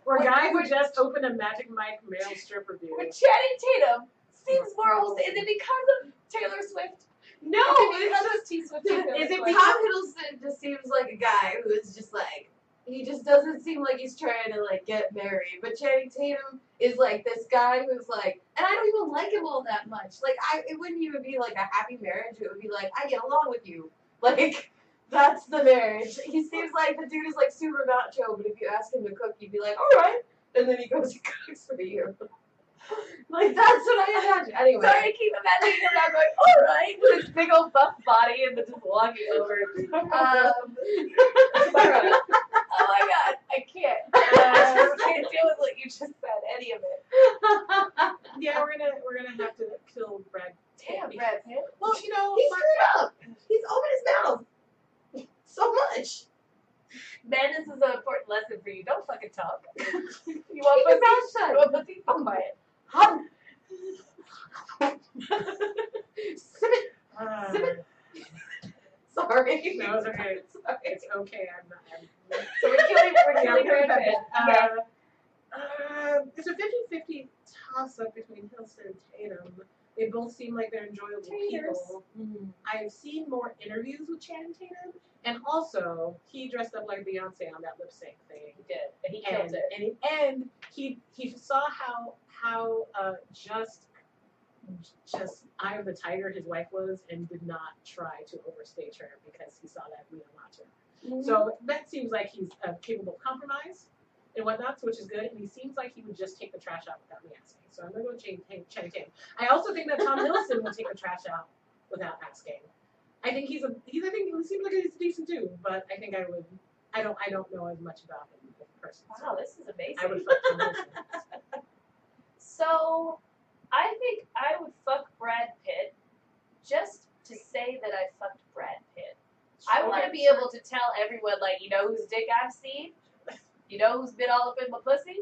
Speaker 3: Where
Speaker 1: Wait,
Speaker 3: guys
Speaker 1: wait.
Speaker 3: just open a Magic Mike Meryl Strip review.
Speaker 1: where Channing Tatum seems more wholesome, and then because of Taylor Swift,
Speaker 2: No, (laughs)
Speaker 1: Is it because of T Swift?
Speaker 2: Tom
Speaker 3: Is it
Speaker 2: Hiddleston just seems like a guy who is just like he just doesn't seem like he's trying to like get married. But Channing Tatum is like this guy who's like, and I don't even like him all that much. Like I, it wouldn't even be like a happy marriage. It would be like I get along with you. (laughs) Like that's the marriage. He seems like the dude is like (laughs) super macho, but if you ask him to cook, he'd be like, all right. And then he goes and cooks for you.
Speaker 4: Like that's what I imagine. Anyway,
Speaker 1: Sorry to keep imagining him now going, all right, with his big old buff body and the just walking over. (laughs) Uh,
Speaker 2: Um, (laughs)
Speaker 1: Sarah. oh my god, I (laughs) can't. I
Speaker 3: Uh, (laughs)
Speaker 1: just can't deal with what you just said, any of it.
Speaker 3: yeah, we're gonna we're gonna have to kill Brad. Pitt
Speaker 1: Damn,
Speaker 3: because-
Speaker 1: Brad Pitt.
Speaker 3: Well, you know,
Speaker 2: he
Speaker 3: (laughs) for-
Speaker 2: screwed up. He's opened his mouth so much.
Speaker 1: Man, this is an important lesson for you. Don't fucking (laughs) talk. You
Speaker 2: Keep
Speaker 1: (laughs)
Speaker 2: your
Speaker 1: want pussy?
Speaker 2: mouth shut.
Speaker 1: You want pussy? Fuck by it.
Speaker 2: Hum. Sip it.
Speaker 3: Ah,
Speaker 2: Sip Sorry.
Speaker 3: No, it's okay.
Speaker 2: Sorry.
Speaker 3: It's okay. I'm not. I'm,
Speaker 1: So we're killing, we're killing Brad Pitt.
Speaker 3: Uh, uh, it's a 50-50 toss-up between Hilson and Tatum. They both seem like they're enjoyable
Speaker 1: Taters.
Speaker 3: people. I've seen more interviews with Channing Tatum, and also he dressed up like Beyonce on that lip sync thing.
Speaker 1: He did, and he killed
Speaker 3: and,
Speaker 1: it.
Speaker 3: and and he he saw how how uh, just just eye of the tiger his wife was and did not try to overstage her because he saw that we matcha. So that seems like he's a capable compromise and whatnot, which is good. And he seems like he would just take the trash out without me asking. So I'm gonna go change check him. I also think that Tom Hiddleston would take the trash out without asking. I think he's a he's I think he seems like he's a decent dude, but I think I would I don't I don't know as much about him as a person. so
Speaker 1: Wow, this is amazing.
Speaker 3: I would fuck Tom
Speaker 4: (laughs)
Speaker 3: Hiddleston.
Speaker 1: So, I think I would fuck Brad Pitt just to say that I fucked Brad Pitt. I want to be able to tell everyone, like, you know whose dick I've seen? You know who's been all up in my pussy?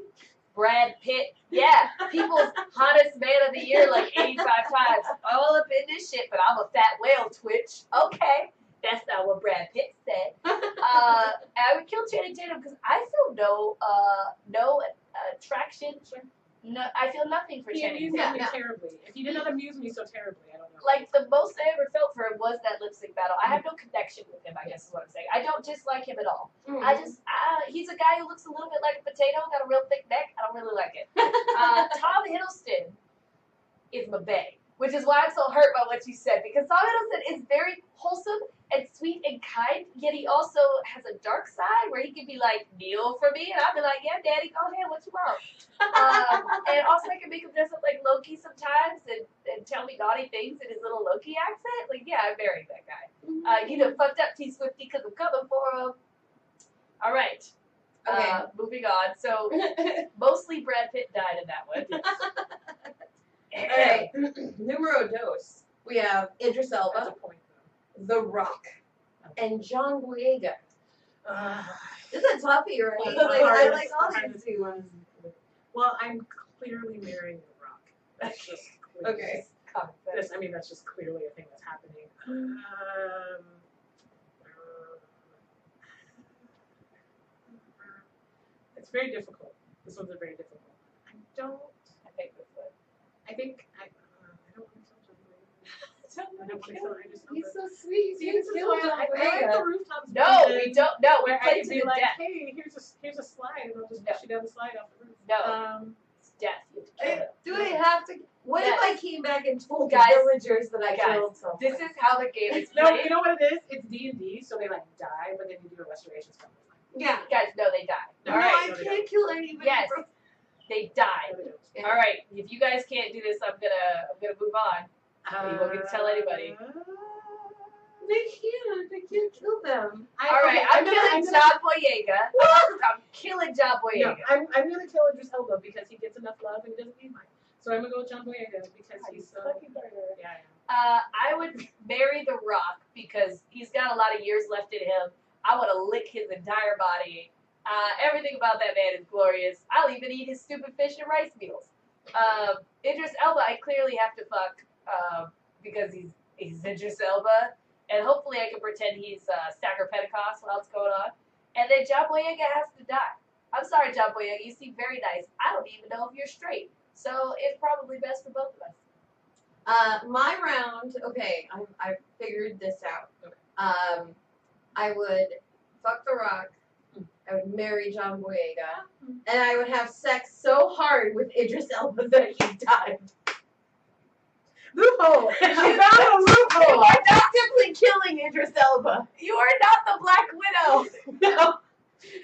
Speaker 1: Brad Pitt. Yeah, people's hottest man of the year like 85 times. All up in this shit, but I'm a fat whale twitch. Okay. That's not what Brad Pitt said. Uh, I would kill Channing Tatum because I feel no, uh, no attraction. No, I feel nothing for
Speaker 3: He
Speaker 1: Channing
Speaker 3: amused
Speaker 1: Tatum.
Speaker 2: Yeah,
Speaker 3: me
Speaker 2: no.
Speaker 3: terribly. If he did not amuse me so terribly, I don't know.
Speaker 1: Like the most I ever felt for him was that lip sync battle. I have no connection with him. I guess is what I'm saying. I don't dislike him at all.
Speaker 2: Mm.
Speaker 1: I
Speaker 2: Hmm. (laughs)
Speaker 1: just, uh, he's a guy who looks a little bit like a potato, got a real thick neck. I don't really like it. Uh, Tom Hiddleston is my bae, which is why I'm so hurt by what you said because Tom Hiddleston is very wholesome and sweet and kind, yet he also has a dark side where he can be like, kneel for me, and I'll be like, yeah, daddy, go ahead, what you want? um, and also, I can make him dress up like Loki sometimes and, and tell me naughty things in his little Loki accent. Like, yeah, I married that guy. Uh, you done fucked up T Swifty because I'm coming for him. All right. Uh, moving on. So mostly Brad Pitt died in that one.
Speaker 4: All right.
Speaker 3: (clears throat)
Speaker 4: Numero dos. We have Idris
Speaker 3: That's a
Speaker 4: Elba,
Speaker 3: point though.
Speaker 4: The Rock, and John Boyega. This is a toughie, right?
Speaker 3: Well,
Speaker 4: Like,
Speaker 3: the
Speaker 4: I
Speaker 3: hardest-
Speaker 4: like all
Speaker 3: the
Speaker 4: these
Speaker 3: hardest
Speaker 4: two.
Speaker 3: one. Well, I'm clearly marrying The Rock. That's just clear.
Speaker 4: Okay.
Speaker 3: That's, I mean, that's just clearly a thing that's happening. Um, it's very difficult. This one's a very difficult. one. I don't. I think I. Uh, I don't want to kill John Boyega. I don't want to kill. I just.
Speaker 4: He's so sweet.
Speaker 3: See,
Speaker 4: You
Speaker 3: this is
Speaker 4: kill
Speaker 3: why
Speaker 4: John
Speaker 3: I, I like
Speaker 4: Boyega.
Speaker 3: the rooftops.
Speaker 1: No,
Speaker 3: version.
Speaker 1: we don't. No, we
Speaker 3: where I
Speaker 1: played
Speaker 3: could
Speaker 1: to
Speaker 3: be
Speaker 1: the
Speaker 3: like,
Speaker 1: death.
Speaker 3: hey, here's a here's a slide, and I'll just
Speaker 1: No.
Speaker 3: push you down the slide off the roof.
Speaker 1: No.
Speaker 3: Um,
Speaker 1: It's death. You have to kill
Speaker 4: I-
Speaker 1: him.
Speaker 2: Do I have to? What if I came back and told
Speaker 1: Guys,
Speaker 2: the villagers that I
Speaker 1: guys,
Speaker 2: killed someone?
Speaker 1: This is how the game is
Speaker 3: no,
Speaker 1: played.
Speaker 3: you know what it is? It's D and D, so they like die, but then you do a restoration spell.
Speaker 4: Yeah.
Speaker 1: Guys, no, they die.
Speaker 3: No,
Speaker 1: All right,
Speaker 3: no,
Speaker 2: no, I
Speaker 3: they
Speaker 2: can't kill anybody.
Speaker 1: Yes.
Speaker 2: bro.
Speaker 1: they die.
Speaker 3: No, they don't.
Speaker 1: All right, if you guys can't do this, I'm gonna I'm gonna move on. You won't get to tell anybody.
Speaker 3: Uh,
Speaker 4: They can't. I can't kill them.
Speaker 3: I,
Speaker 1: All right,
Speaker 3: okay,
Speaker 1: I'm
Speaker 3: gonna-
Speaker 1: killing
Speaker 3: Uh, I'm
Speaker 1: John Boyega. I'm killing John
Speaker 3: gonna-
Speaker 1: Boyega.
Speaker 3: No, I'm, I'm gonna kill Idris Elba because he gets enough love and he doesn't need mine. So I'm gonna go with John Boyega because he's so. Yeah, yeah.
Speaker 1: Uh, I would marry The Rock because he's got a lot of years left in him. I want to lick his entire body. Uh, everything about that man is glorious. I'll even eat his stupid fish and rice meals. Um, Idris Elba, I clearly have to fuck um, because he's he's Idris Elba, and hopefully I can pretend he's uh, Stacker Pentecost while it's going on. And then John Boyega has to die. I'm sorry, John Boyega. You seem very nice. I don't even know if you're straight, so it's probably best for both of us.
Speaker 2: Uh,
Speaker 4: my round. Okay, I, I figured this out.
Speaker 3: Okay.
Speaker 4: Um, I would fuck The Rock. I would marry John Boyega, and I would have sex so hard with Idris Elba (laughs) that he died.
Speaker 1: (laughs)
Speaker 3: Loophole! she found a
Speaker 4: You (laughs)
Speaker 3: loophole!
Speaker 4: are actively killing Idris Elba. (laughs)
Speaker 1: (laughs) You are not the Black Widow.
Speaker 4: No.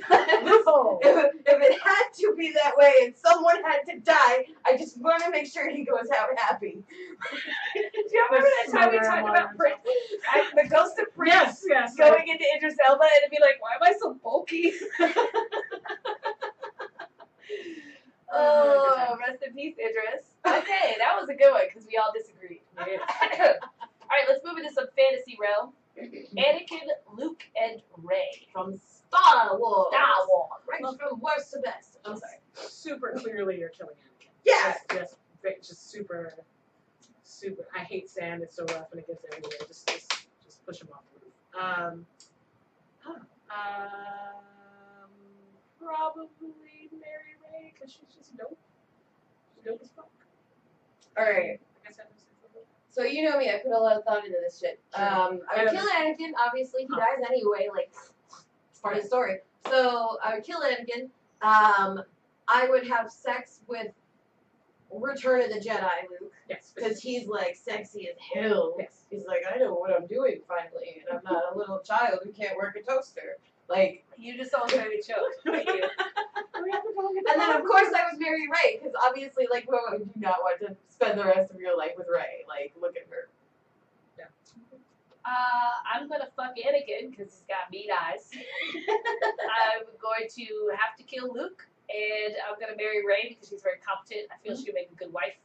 Speaker 4: if,
Speaker 3: loophole!
Speaker 4: if it had
Speaker 2: had to be that way, and someone had to die. I just want to make sure he goes out happy.
Speaker 1: Do you remember that time we
Speaker 3: Summer
Speaker 1: talked
Speaker 3: Walker.
Speaker 1: about Prince, I- the ghost of Prince
Speaker 3: Yes, yes.
Speaker 1: going into Idris Elba and it'd be like, why am I so bulky? (laughs)
Speaker 3: Oh, good
Speaker 1: oh, rest in peace, Idris. Okay, that was a good one because we all disagreed.
Speaker 3: Yes.
Speaker 1: all right, let's move into some fantasy realm. Anakin, Luke, and Rey
Speaker 2: From Star Wars.
Speaker 1: Star Wars.
Speaker 2: Right from worst to best. I'm sorry.
Speaker 3: super clearly you're killing Anakin.
Speaker 2: Yes.
Speaker 3: Just, just, ve- just super, super. I hate sand. It's so rough and it gets everywhere. Just, just, just push him off the roof. Um, huh, um, probably Mary Ray because she's just dope. She's dope as fuck.
Speaker 2: All right.
Speaker 3: I guess I understand a little bit.
Speaker 2: So you know me. I put a lot of thought into this shit. Um, I
Speaker 3: I
Speaker 2: would
Speaker 3: don't
Speaker 2: kill
Speaker 5: Kill Anakin, obviously, he dies anyway, like, it's part of the story.
Speaker 2: So I would kill Anakin. Um, I would have sex with Return of the Jedi Luke
Speaker 3: Yes.
Speaker 2: because he's like sexy as hell.
Speaker 3: Yes.
Speaker 2: He's like, I know what I'm doing finally, and I'm not a little child who can't work a toaster. Like,
Speaker 1: You just almost made me choke. Thank you.
Speaker 2: and then of course I was marry Ray because obviously, like, well, you do not want to spend the rest of your life with Ray. Like, look at her.
Speaker 1: Uh, I'm gonna fuck Anakin because he's got meat eyes. I'm going to have to kill Luke, and I'm gonna marry Ray because she's very competent. I feel she would make a good wife.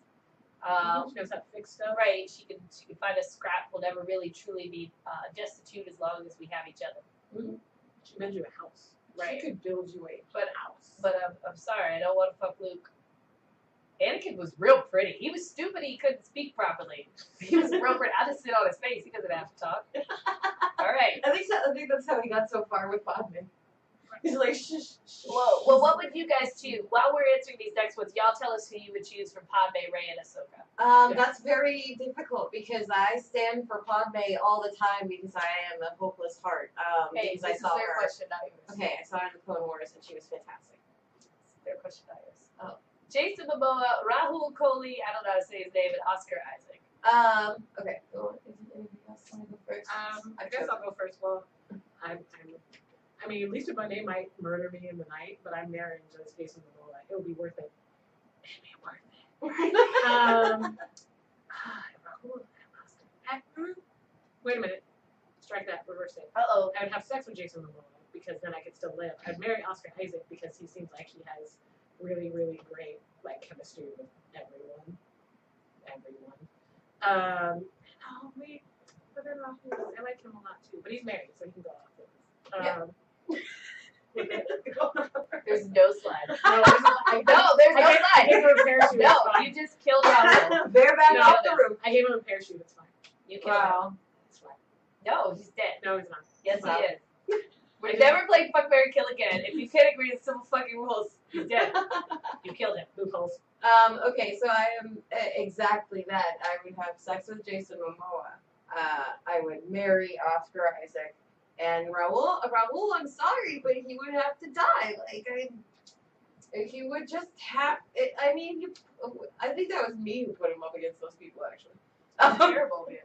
Speaker 1: Um,
Speaker 3: she knows how to fix stuff.
Speaker 1: right? She can she can find a scrap. We'll never really truly be uh, destitute as long as we have each other.
Speaker 3: She made you a house.
Speaker 1: Right.
Speaker 3: She could build you a
Speaker 1: But-
Speaker 3: house.
Speaker 1: But I'm, I'm sorry, I don't want to fuck Luke. Anakin was real pretty. He was stupid. He couldn't speak properly. He was real pretty. I just sit on his face. He doesn't have to talk. All right.
Speaker 2: I think so, I think that's how he got so far with Bodman. He's like, shh, shh.
Speaker 1: Whoa. Well, what would you guys choose? While we're answering these next ones, y'all tell us who you would choose from Padme, Rey, and Ahsoka.
Speaker 2: Um, that's very difficult because I stand for Padme all the time because I am a hopeless heart. Um,
Speaker 1: Hey,
Speaker 2: because
Speaker 1: this
Speaker 2: I saw
Speaker 1: is their
Speaker 2: her.
Speaker 1: question, not yours.
Speaker 2: Okay, I saw her in the Clone Wars and she was fantastic.
Speaker 1: This is their question, not yours. Oh. Jason Momoa, Rahul Kohli, I don't know how to say his name, and Oscar Isaac.
Speaker 2: Um, okay. Well, is there anything else you wanna go first?
Speaker 3: Um, I guess I'll go first. Well, I'm, I'm, I mean, at least if my name might murder me in the night, but I'm marrying just Jason Momoa. It'll be worth it. It'll be worth it. (laughs) Um, (sighs) ah, Rahul and Oscar. hmm? Wait a minute. Strike that. Reverse it.
Speaker 1: Uh oh.
Speaker 3: I would have sex with Jason Momoa because then I could still live. I'd marry Oscar Isaac because he seems like he has really, really great like chemistry with everyone. Everyone. Um, oh wait, but then Rahul, I like him a lot too. But he's married, so he can go off. with it. Um, (laughs)
Speaker 1: There's no slide.
Speaker 3: no, there's no- I,
Speaker 1: (laughs) No, there's
Speaker 3: I
Speaker 1: no
Speaker 3: gave- I
Speaker 1: (laughs) slide.
Speaker 3: gave him a parachute.
Speaker 1: No,
Speaker 3: it's fine.
Speaker 1: you just killed Rahul.
Speaker 2: (laughs) Bareback
Speaker 3: No,
Speaker 2: off the
Speaker 1: that's-
Speaker 2: roof.
Speaker 3: I gave him a parachute. It's fine.
Speaker 1: You killed him.
Speaker 2: Wow.
Speaker 3: It's fine.
Speaker 1: No, he's dead.
Speaker 3: No, he's not.
Speaker 1: Yes,
Speaker 2: Wow.
Speaker 1: he is. (laughs) We're never playing Fuck Mary Kill again. If you can't agree with simple fucking rules, he's (laughs) dead. You killed him.
Speaker 3: Loopholes.
Speaker 2: Um, okay, so I am uh, exactly that. I would have sex with Jason Momoa. Uh, I would marry Oscar Isaac. And Raul, Raul, I'm sorry, but he would have to die. Like, I, he would just have. It, I mean, you, I think that was me who put him up against those people, actually. (laughs) Um,
Speaker 1: terrible, man.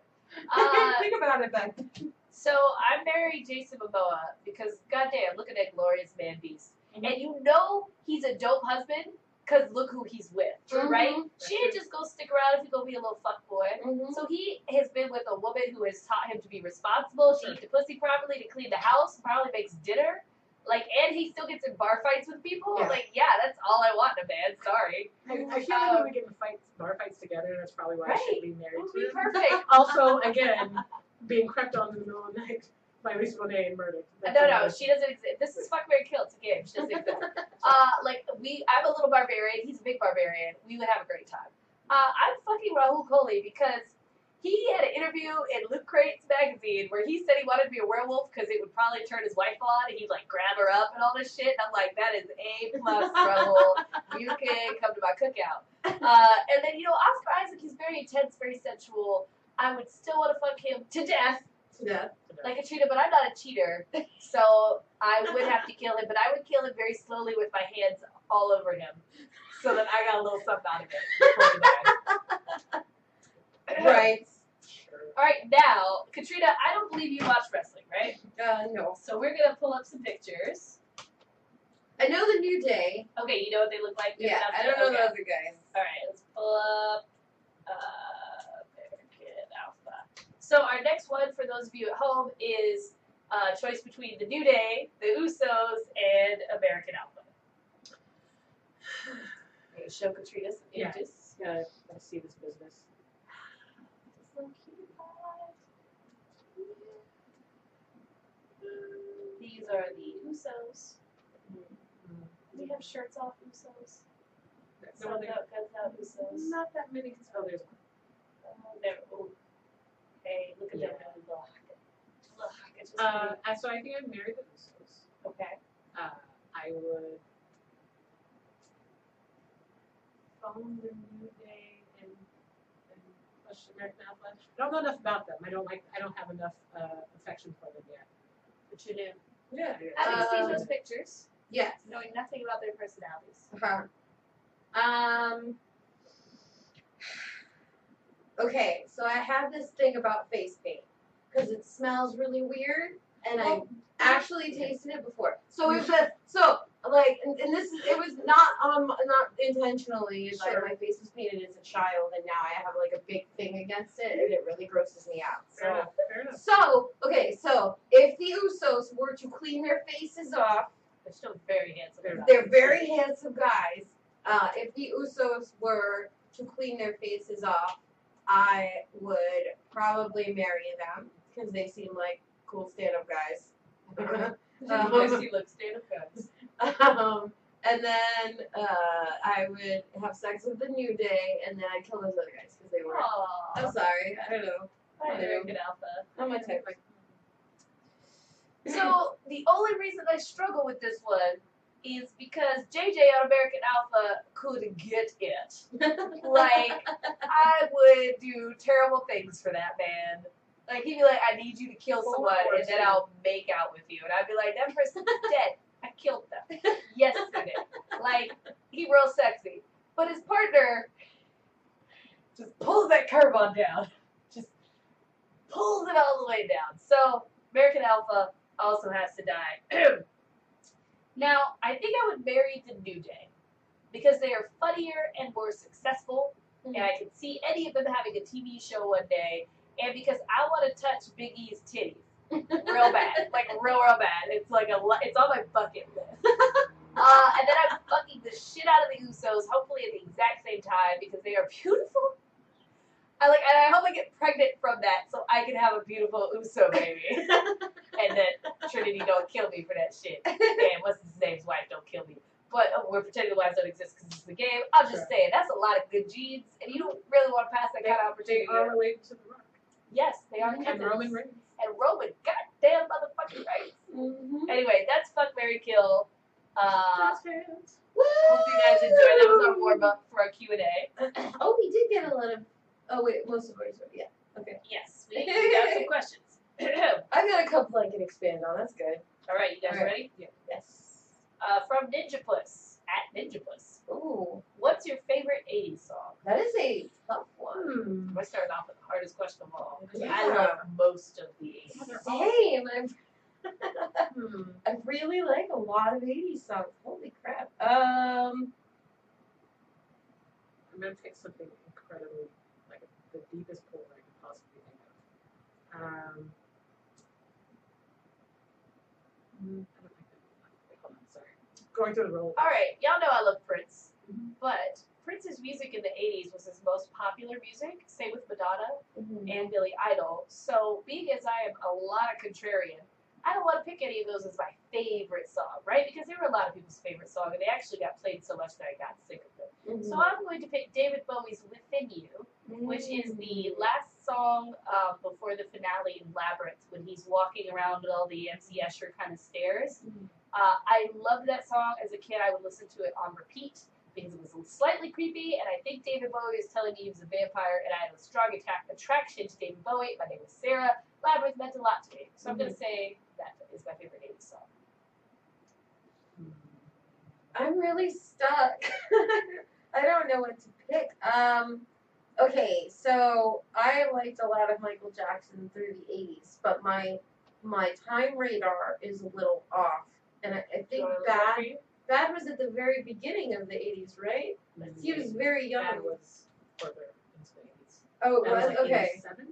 Speaker 2: I
Speaker 1: Uh,
Speaker 2: didn't think about it back then.
Speaker 1: So I married Jason Momoa because goddamn, look at that glorious man beast.
Speaker 3: Mm-hmm.
Speaker 1: And you know he's a dope husband because look who he's with,
Speaker 3: Mm-hmm.
Speaker 1: right? She didn't just go stick around if he gonna be a little fuck boy.
Speaker 3: Mm-hmm.
Speaker 1: So he has been with a woman who has taught him to be responsible. She
Speaker 3: Sure.
Speaker 1: eat the pussy properly, to clean the house, probably makes dinner. Like, and he still gets in bar fights with people.
Speaker 3: Yeah.
Speaker 1: Like, yeah, that's all I want in a man. Sorry,
Speaker 3: I, I feel like when
Speaker 1: um,
Speaker 3: we get in fights, bar fights together, that's probably why I should be married
Speaker 1: Would
Speaker 3: to
Speaker 1: be
Speaker 3: him.
Speaker 1: perfect.
Speaker 3: also, again, being crept on in the middle of the night by at least one day and murdered.
Speaker 1: No, no, she doesn't exist. This is fuck Mary Kill. It's a game. She doesn't exist. Uh, like we, I'm a little barbarian. He's a big barbarian. We would have a great time. Uh, I'm fucking Rahul Kohli because he had an interview in Luke Crate's magazine where he said he wanted to be a werewolf because it would probably turn his wife on and he'd like grab her up and all this shit. I'm like, that is a plus, Rahul. You can come to my cookout. Uh, and then you know, Oscar Isaac is very intense, very sensual. I would still want to fuck him to death
Speaker 2: Yeah.
Speaker 1: like a cheater, but I'm not a cheater, (laughs) so I would have to kill him. But I would kill him very slowly with my hands all over him, so that I got a little something out of it. before he died.
Speaker 2: Right.
Speaker 3: Sure.
Speaker 1: All right, now Katrina, I don't believe you watch wrestling, right?
Speaker 2: Uh, no.
Speaker 1: So we're gonna pull up some pictures.
Speaker 2: I know the New Day.
Speaker 1: Okay, you know what they look like?
Speaker 2: Yeah,
Speaker 1: That's
Speaker 2: I
Speaker 1: it,
Speaker 2: don't know
Speaker 1: okay.
Speaker 2: the other guys.
Speaker 1: All right, let's pull up uh, American Alpha. So our next one for those of you at home is uh, choice between the New Day, the Usos, and American Alpha. (sighs) I'm gonna show Katrina some
Speaker 3: Yeah.
Speaker 1: images.
Speaker 3: Yeah, gotta, gotta see this business.
Speaker 1: So cute. These are the Usos. Do we have shirts off Usos?
Speaker 3: That's
Speaker 1: Suns out, guns out Usos.
Speaker 3: not that many. Oh, there's one.
Speaker 1: Uh, there. Ooh. Hey, look at
Speaker 3: Yeah.
Speaker 1: that one. Little Haka. Little Haka just
Speaker 3: Uh, I- so I think I'd marry the Usos.
Speaker 1: Okay.
Speaker 3: Uh, I would phone the New Day and, and push American Alpha. I don't know enough about them. I don't like. I don't have enough uh, affection for them yet.
Speaker 1: But you do.
Speaker 3: Yeah.
Speaker 1: Having seen
Speaker 2: Um,
Speaker 1: those pictures,
Speaker 2: Yes.
Speaker 1: knowing nothing about their personalities.
Speaker 2: Uh-huh. Um. Okay, so I have this thing about face paint because it smells really weird, and I
Speaker 3: Oh.
Speaker 4: Well,
Speaker 2: actually tasted it before. So
Speaker 3: Mm.
Speaker 2: it was a, so like, and, and this is it was not um not intentionally. It's
Speaker 4: Sure.
Speaker 2: Like my face was painted as a child, and now I have like a big thing against it, and it really grosses me out.
Speaker 3: Fair
Speaker 2: So.
Speaker 3: enough. Fair enough.
Speaker 2: So okay, so if the Usos were to clean their faces off
Speaker 1: They're still very handsome.
Speaker 3: They're
Speaker 1: not
Speaker 2: they're very handsome guys. Uh, if the Usos were to clean their faces off, I would probably marry them because they seem like cool stand-up guys. (laughs)
Speaker 1: Yes, you look stand up guys.
Speaker 2: um, and then uh, I would have sex with the New Day, and then I'd kill those other guys because they were. I'm
Speaker 1: Aww.
Speaker 2: sorry, I don't know.
Speaker 1: Hi, American Alpha.
Speaker 2: I'm a type.
Speaker 1: So the only reason I struggle with this one is because JJ on American Alpha could get it. (laughs) like I would do terrible things for that man. Like he'd be like, "I need you to kill
Speaker 3: Well, of
Speaker 1: someone, and
Speaker 3: course,
Speaker 1: then
Speaker 3: yeah.
Speaker 1: I'll make out with you," and I'd be like, "That
Speaker 3: (laughs)
Speaker 1: person's dead. I killed them (laughs) yesterday." like he real sexy, but his partner just pulls that curve on down, just pulls it all the way down. So American Alpha also has to die. (clears throat) now I think I would marry the New Day because they are funnier and more successful and I can see any of them having a TV show one day. And because I want to touch Big E's titties real bad, like real, real bad. It's like a, lo- it's on my bucket list. (laughs) Uh, and then I'm fucking the shit out of the Usos, hopefully at the exact same time because they are beautiful. I like, and I hope I get pregnant from that so I can have a beautiful Uso (laughs) baby, and that Trinity don't kill me for that shit. And what's his name's wife don't kill me. But uh, we're pretending the wives don't exist because this is a game. I'm just
Speaker 3: Sure.
Speaker 1: saying that's a lot of good genes, and you don't really want to pass that kind of
Speaker 3: They
Speaker 1: opportunity.
Speaker 3: are related to the Rock.
Speaker 1: Yes, they are
Speaker 3: And
Speaker 1: cousins.
Speaker 3: Roman Reigns.
Speaker 1: And Roman, goddamn motherfucking right.
Speaker 2: (laughs) Mm-hmm.
Speaker 1: Anyway, that's fuck Mary Kill. Uh,
Speaker 3: Just fans.
Speaker 1: hope you guys enjoyed. That was our warm up for our Q and A.
Speaker 2: Oh, we did get a lot of. Oh wait, most of ours were yeah.
Speaker 1: Yes, we
Speaker 2: (laughs)
Speaker 1: we got some questions. (clears throat) All
Speaker 2: I got a couple I can expand on. That's good.
Speaker 1: right, you guys
Speaker 2: All right.
Speaker 1: ready?
Speaker 2: Yes.
Speaker 1: Uh, from Ninja Puss at Ninja Puss.
Speaker 2: Ooh,
Speaker 1: What's your favorite '80s song?
Speaker 2: that is a tough one.
Speaker 3: (laughs) Hmm.
Speaker 1: We're starting off with the hardest question of all. 'cause I
Speaker 2: Yeah.
Speaker 1: love most of the '80s.
Speaker 3: they're all-
Speaker 2: Same. I,
Speaker 3: Hmm.
Speaker 2: I really like a lot of 80s songs. Holy crap. Um,
Speaker 3: I'm gonna pick something incredibly like the deepest pool I could possibly think of. Um, mm, I don't like that. one. Wait, hold on, sorry. Going through the roll.
Speaker 1: All right, y'all know I love Prince,
Speaker 2: Mm-hmm.
Speaker 3: Mhm.
Speaker 1: but Prince's music in the '80s was his most popular music. Same with Madonna. and Billy Idol. So, being as I am a lot of contrarian, I don't want to pick any of those as my favorite song, right? Because they were a lot of people's favorite song, and they actually got played so much that I got sick of them. So,
Speaker 2: Mm-hmm.
Speaker 1: I'm going to pick David Bowie's Within You, which is the last song um, before the finale in Labyrinth when he's walking around with all the MC Escher kind of stairs.
Speaker 3: Mm-hmm.
Speaker 2: Mhm.
Speaker 1: Uh, I loved that song as a kid. I would listen to it on repeat because it was slightly creepy, and I think David Bowie is telling me he was a vampire, and I had a strong attack attraction to David Bowie. My name is Sarah. Labyrinth meant a lot to me, so I'm
Speaker 3: Mm-hmm.
Speaker 1: going to say that is my favorite 80s song.
Speaker 3: Hmm.
Speaker 2: I'm really stuck. (laughs) I don't know what to pick. Um, okay, so I liked a lot of Michael Jackson through the 80s, but my my time radar is a little off. And I, I think
Speaker 3: Do you wanna look
Speaker 2: back
Speaker 3: for you?
Speaker 2: Bad was at the very beginning of the 80s, right? He was very young.
Speaker 3: That was further into the eighties.
Speaker 2: oh, it
Speaker 3: That was
Speaker 2: was?
Speaker 3: like
Speaker 2: okay.
Speaker 3: 87?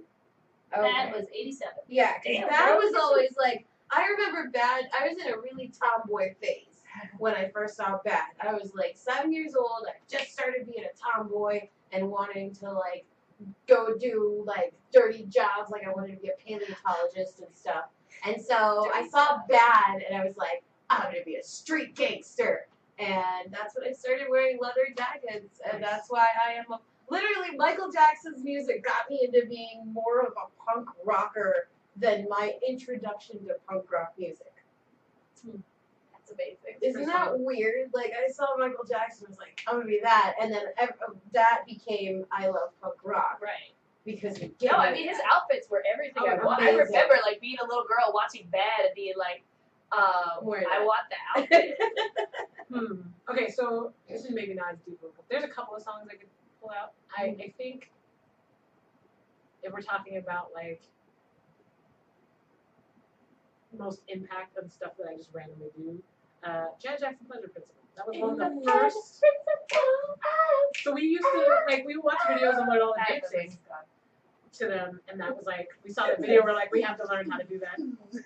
Speaker 1: That
Speaker 2: Okay.
Speaker 1: was 87.
Speaker 2: Yeah, 'cause
Speaker 1: Damn.
Speaker 2: Bad was
Speaker 1: Bro.
Speaker 2: always like, I remember Bad, I was in a really tomboy phase when I first saw Bad. I was like seven years old, I just started being a tomboy and wanting to like go do like dirty jobs, like I wanted to be a paleontologist and stuff. And so I
Speaker 1: Dirty
Speaker 2: saw Bad and I was like, I'm gonna be a street gangster. And that's when I started wearing leather jackets, and
Speaker 3: Nice.
Speaker 2: that's why I am a, literally Michael Jackson's music got me into being more of a punk rocker than my introduction to punk rock music.
Speaker 1: That's amazing.
Speaker 2: Isn't that weird? Like I saw Michael Jackson, I was like, I'm gonna be that, and then ev- that became I love punk rock
Speaker 1: Right.
Speaker 2: because it gave
Speaker 1: No, I
Speaker 2: me
Speaker 1: mean his
Speaker 2: that.
Speaker 1: outfits were everything
Speaker 2: Oh,
Speaker 1: I want. I
Speaker 2: amazing.
Speaker 1: remember like being a little girl watching Bad and being like, um,
Speaker 2: Where is
Speaker 1: I
Speaker 2: it?
Speaker 1: want
Speaker 2: (laughs)
Speaker 1: that outfit.
Speaker 3: Hmm. Okay, so this is maybe not as deep. but There's a couple of songs I could pull out. I, I think if we're talking about like most impact of stuff that I just randomly do, uh, Janet Jackson Pleasure Principle. That was one of the first. So we used to like we watch videos and learn all the
Speaker 1: That
Speaker 3: dance
Speaker 1: was
Speaker 3: things to them, and that was like we saw the video. We're like we have to learn how to do that.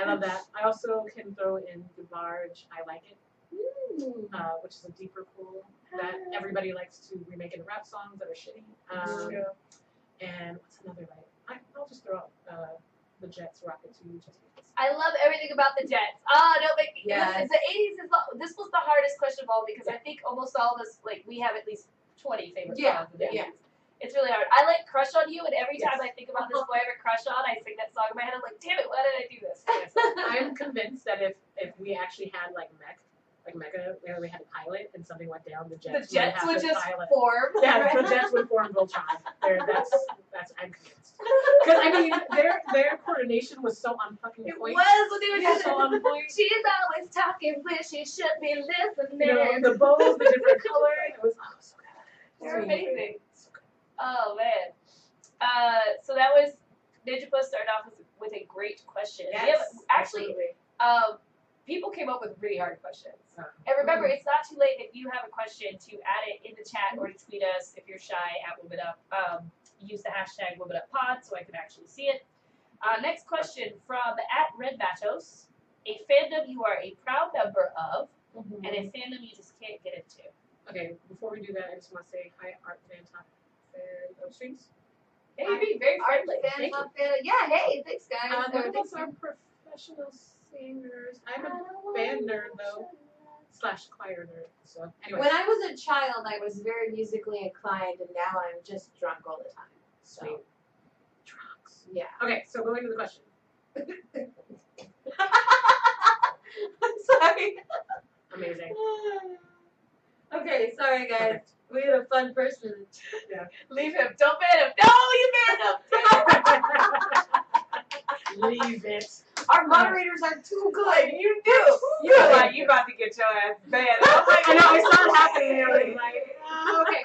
Speaker 3: I love that. I also can throw in the barge. I like it
Speaker 2: Mm.
Speaker 3: uh, which is a deeper pool that everybody likes to remake into rap songs that are shitty. Um,
Speaker 1: True.
Speaker 3: and what's another like? I, I'll just throw out uh, the Jets "Rocket to You" just because.
Speaker 1: I love everything about the Jets. Ah, oh, don't make me.
Speaker 2: Yes.
Speaker 1: Listen, the '80s is the, this was the hardest question of all because I think almost all of us like we have at least 20 favorite
Speaker 2: Yeah,
Speaker 1: songs. in the
Speaker 2: yeah.
Speaker 1: 80s. It's really hard. I like "Crush on You," and every time
Speaker 3: Yes.
Speaker 1: I think
Speaker 2: (laughs)
Speaker 1: about this boy I have a crush on, I sing that song in my head. I'm like, damn it, why did I do this?
Speaker 3: Yes. I'm convinced that if if we actually had like mech, like mecha, where we had a pilot and something went down, the
Speaker 1: The
Speaker 3: Jets
Speaker 1: Jets
Speaker 3: would
Speaker 1: would
Speaker 3: have to
Speaker 1: just
Speaker 3: pilot.
Speaker 1: form.
Speaker 3: Yeah, the Jets would form Voltron. There, that's that's I'm convinced. Because I mean, their their coordination was so on fucking
Speaker 1: It was
Speaker 3: point.
Speaker 1: what they were
Speaker 3: It was
Speaker 1: doing.
Speaker 3: so on point.
Speaker 1: (laughs) She's always talking when she should be listening.
Speaker 3: You know, the bows, the
Speaker 1: (laughs)
Speaker 3: different color. It was oh, so good.
Speaker 1: They're
Speaker 3: So
Speaker 1: amazing.
Speaker 3: So good.
Speaker 1: Oh man. Uh, so that was Ninja Plus started off with, with a great question. We have- actually,
Speaker 2: absolutely.
Speaker 1: um, people came up with really hard questions.
Speaker 3: Uh,
Speaker 1: And remember, it's not too late if you have a question to add it in the chat or to tweet us if you're shy at Woman Up. Um, use the hashtag Woman Up Pod so I can actually see it. Uh, next question from at Red Matos. A fandom you are a proud member of, and a fandom you just can't get into.
Speaker 3: Mm-hmm. Okay, before we do that, I just want to say hi, Art Fan Top Fan of Streams.
Speaker 1: Yeah, you're being very
Speaker 2: Art
Speaker 1: friendly.
Speaker 2: fan,
Speaker 1: Thank you. Uh,
Speaker 2: love fan. Yeah, hey, thanks guys.
Speaker 3: Um,
Speaker 2: Or
Speaker 3: look at
Speaker 2: thanks
Speaker 3: those
Speaker 2: for-
Speaker 3: are professional singers. I'm a fan nerd though, slash choir nerd. So anyway,
Speaker 2: When I was a child, I was very musically inclined, and now I'm just drunk all the time.
Speaker 3: sweet. Trucks.
Speaker 2: Yeah. (laughs)
Speaker 3: Okay, so going to the question.
Speaker 2: I'm sorry.
Speaker 1: (laughs)
Speaker 3: Amazing. (laughs)
Speaker 2: okay, sorry guys.
Speaker 3: Perfect.
Speaker 2: We had a fun person.
Speaker 1: Leave him. Don't ban him. No, you ban him.
Speaker 3: Leave it.
Speaker 2: Our moderators are too good.
Speaker 1: you do.
Speaker 2: You know what,
Speaker 1: you about to get your ass banned. Oh
Speaker 3: I know. I saw it happening. and I was like, oh, okay.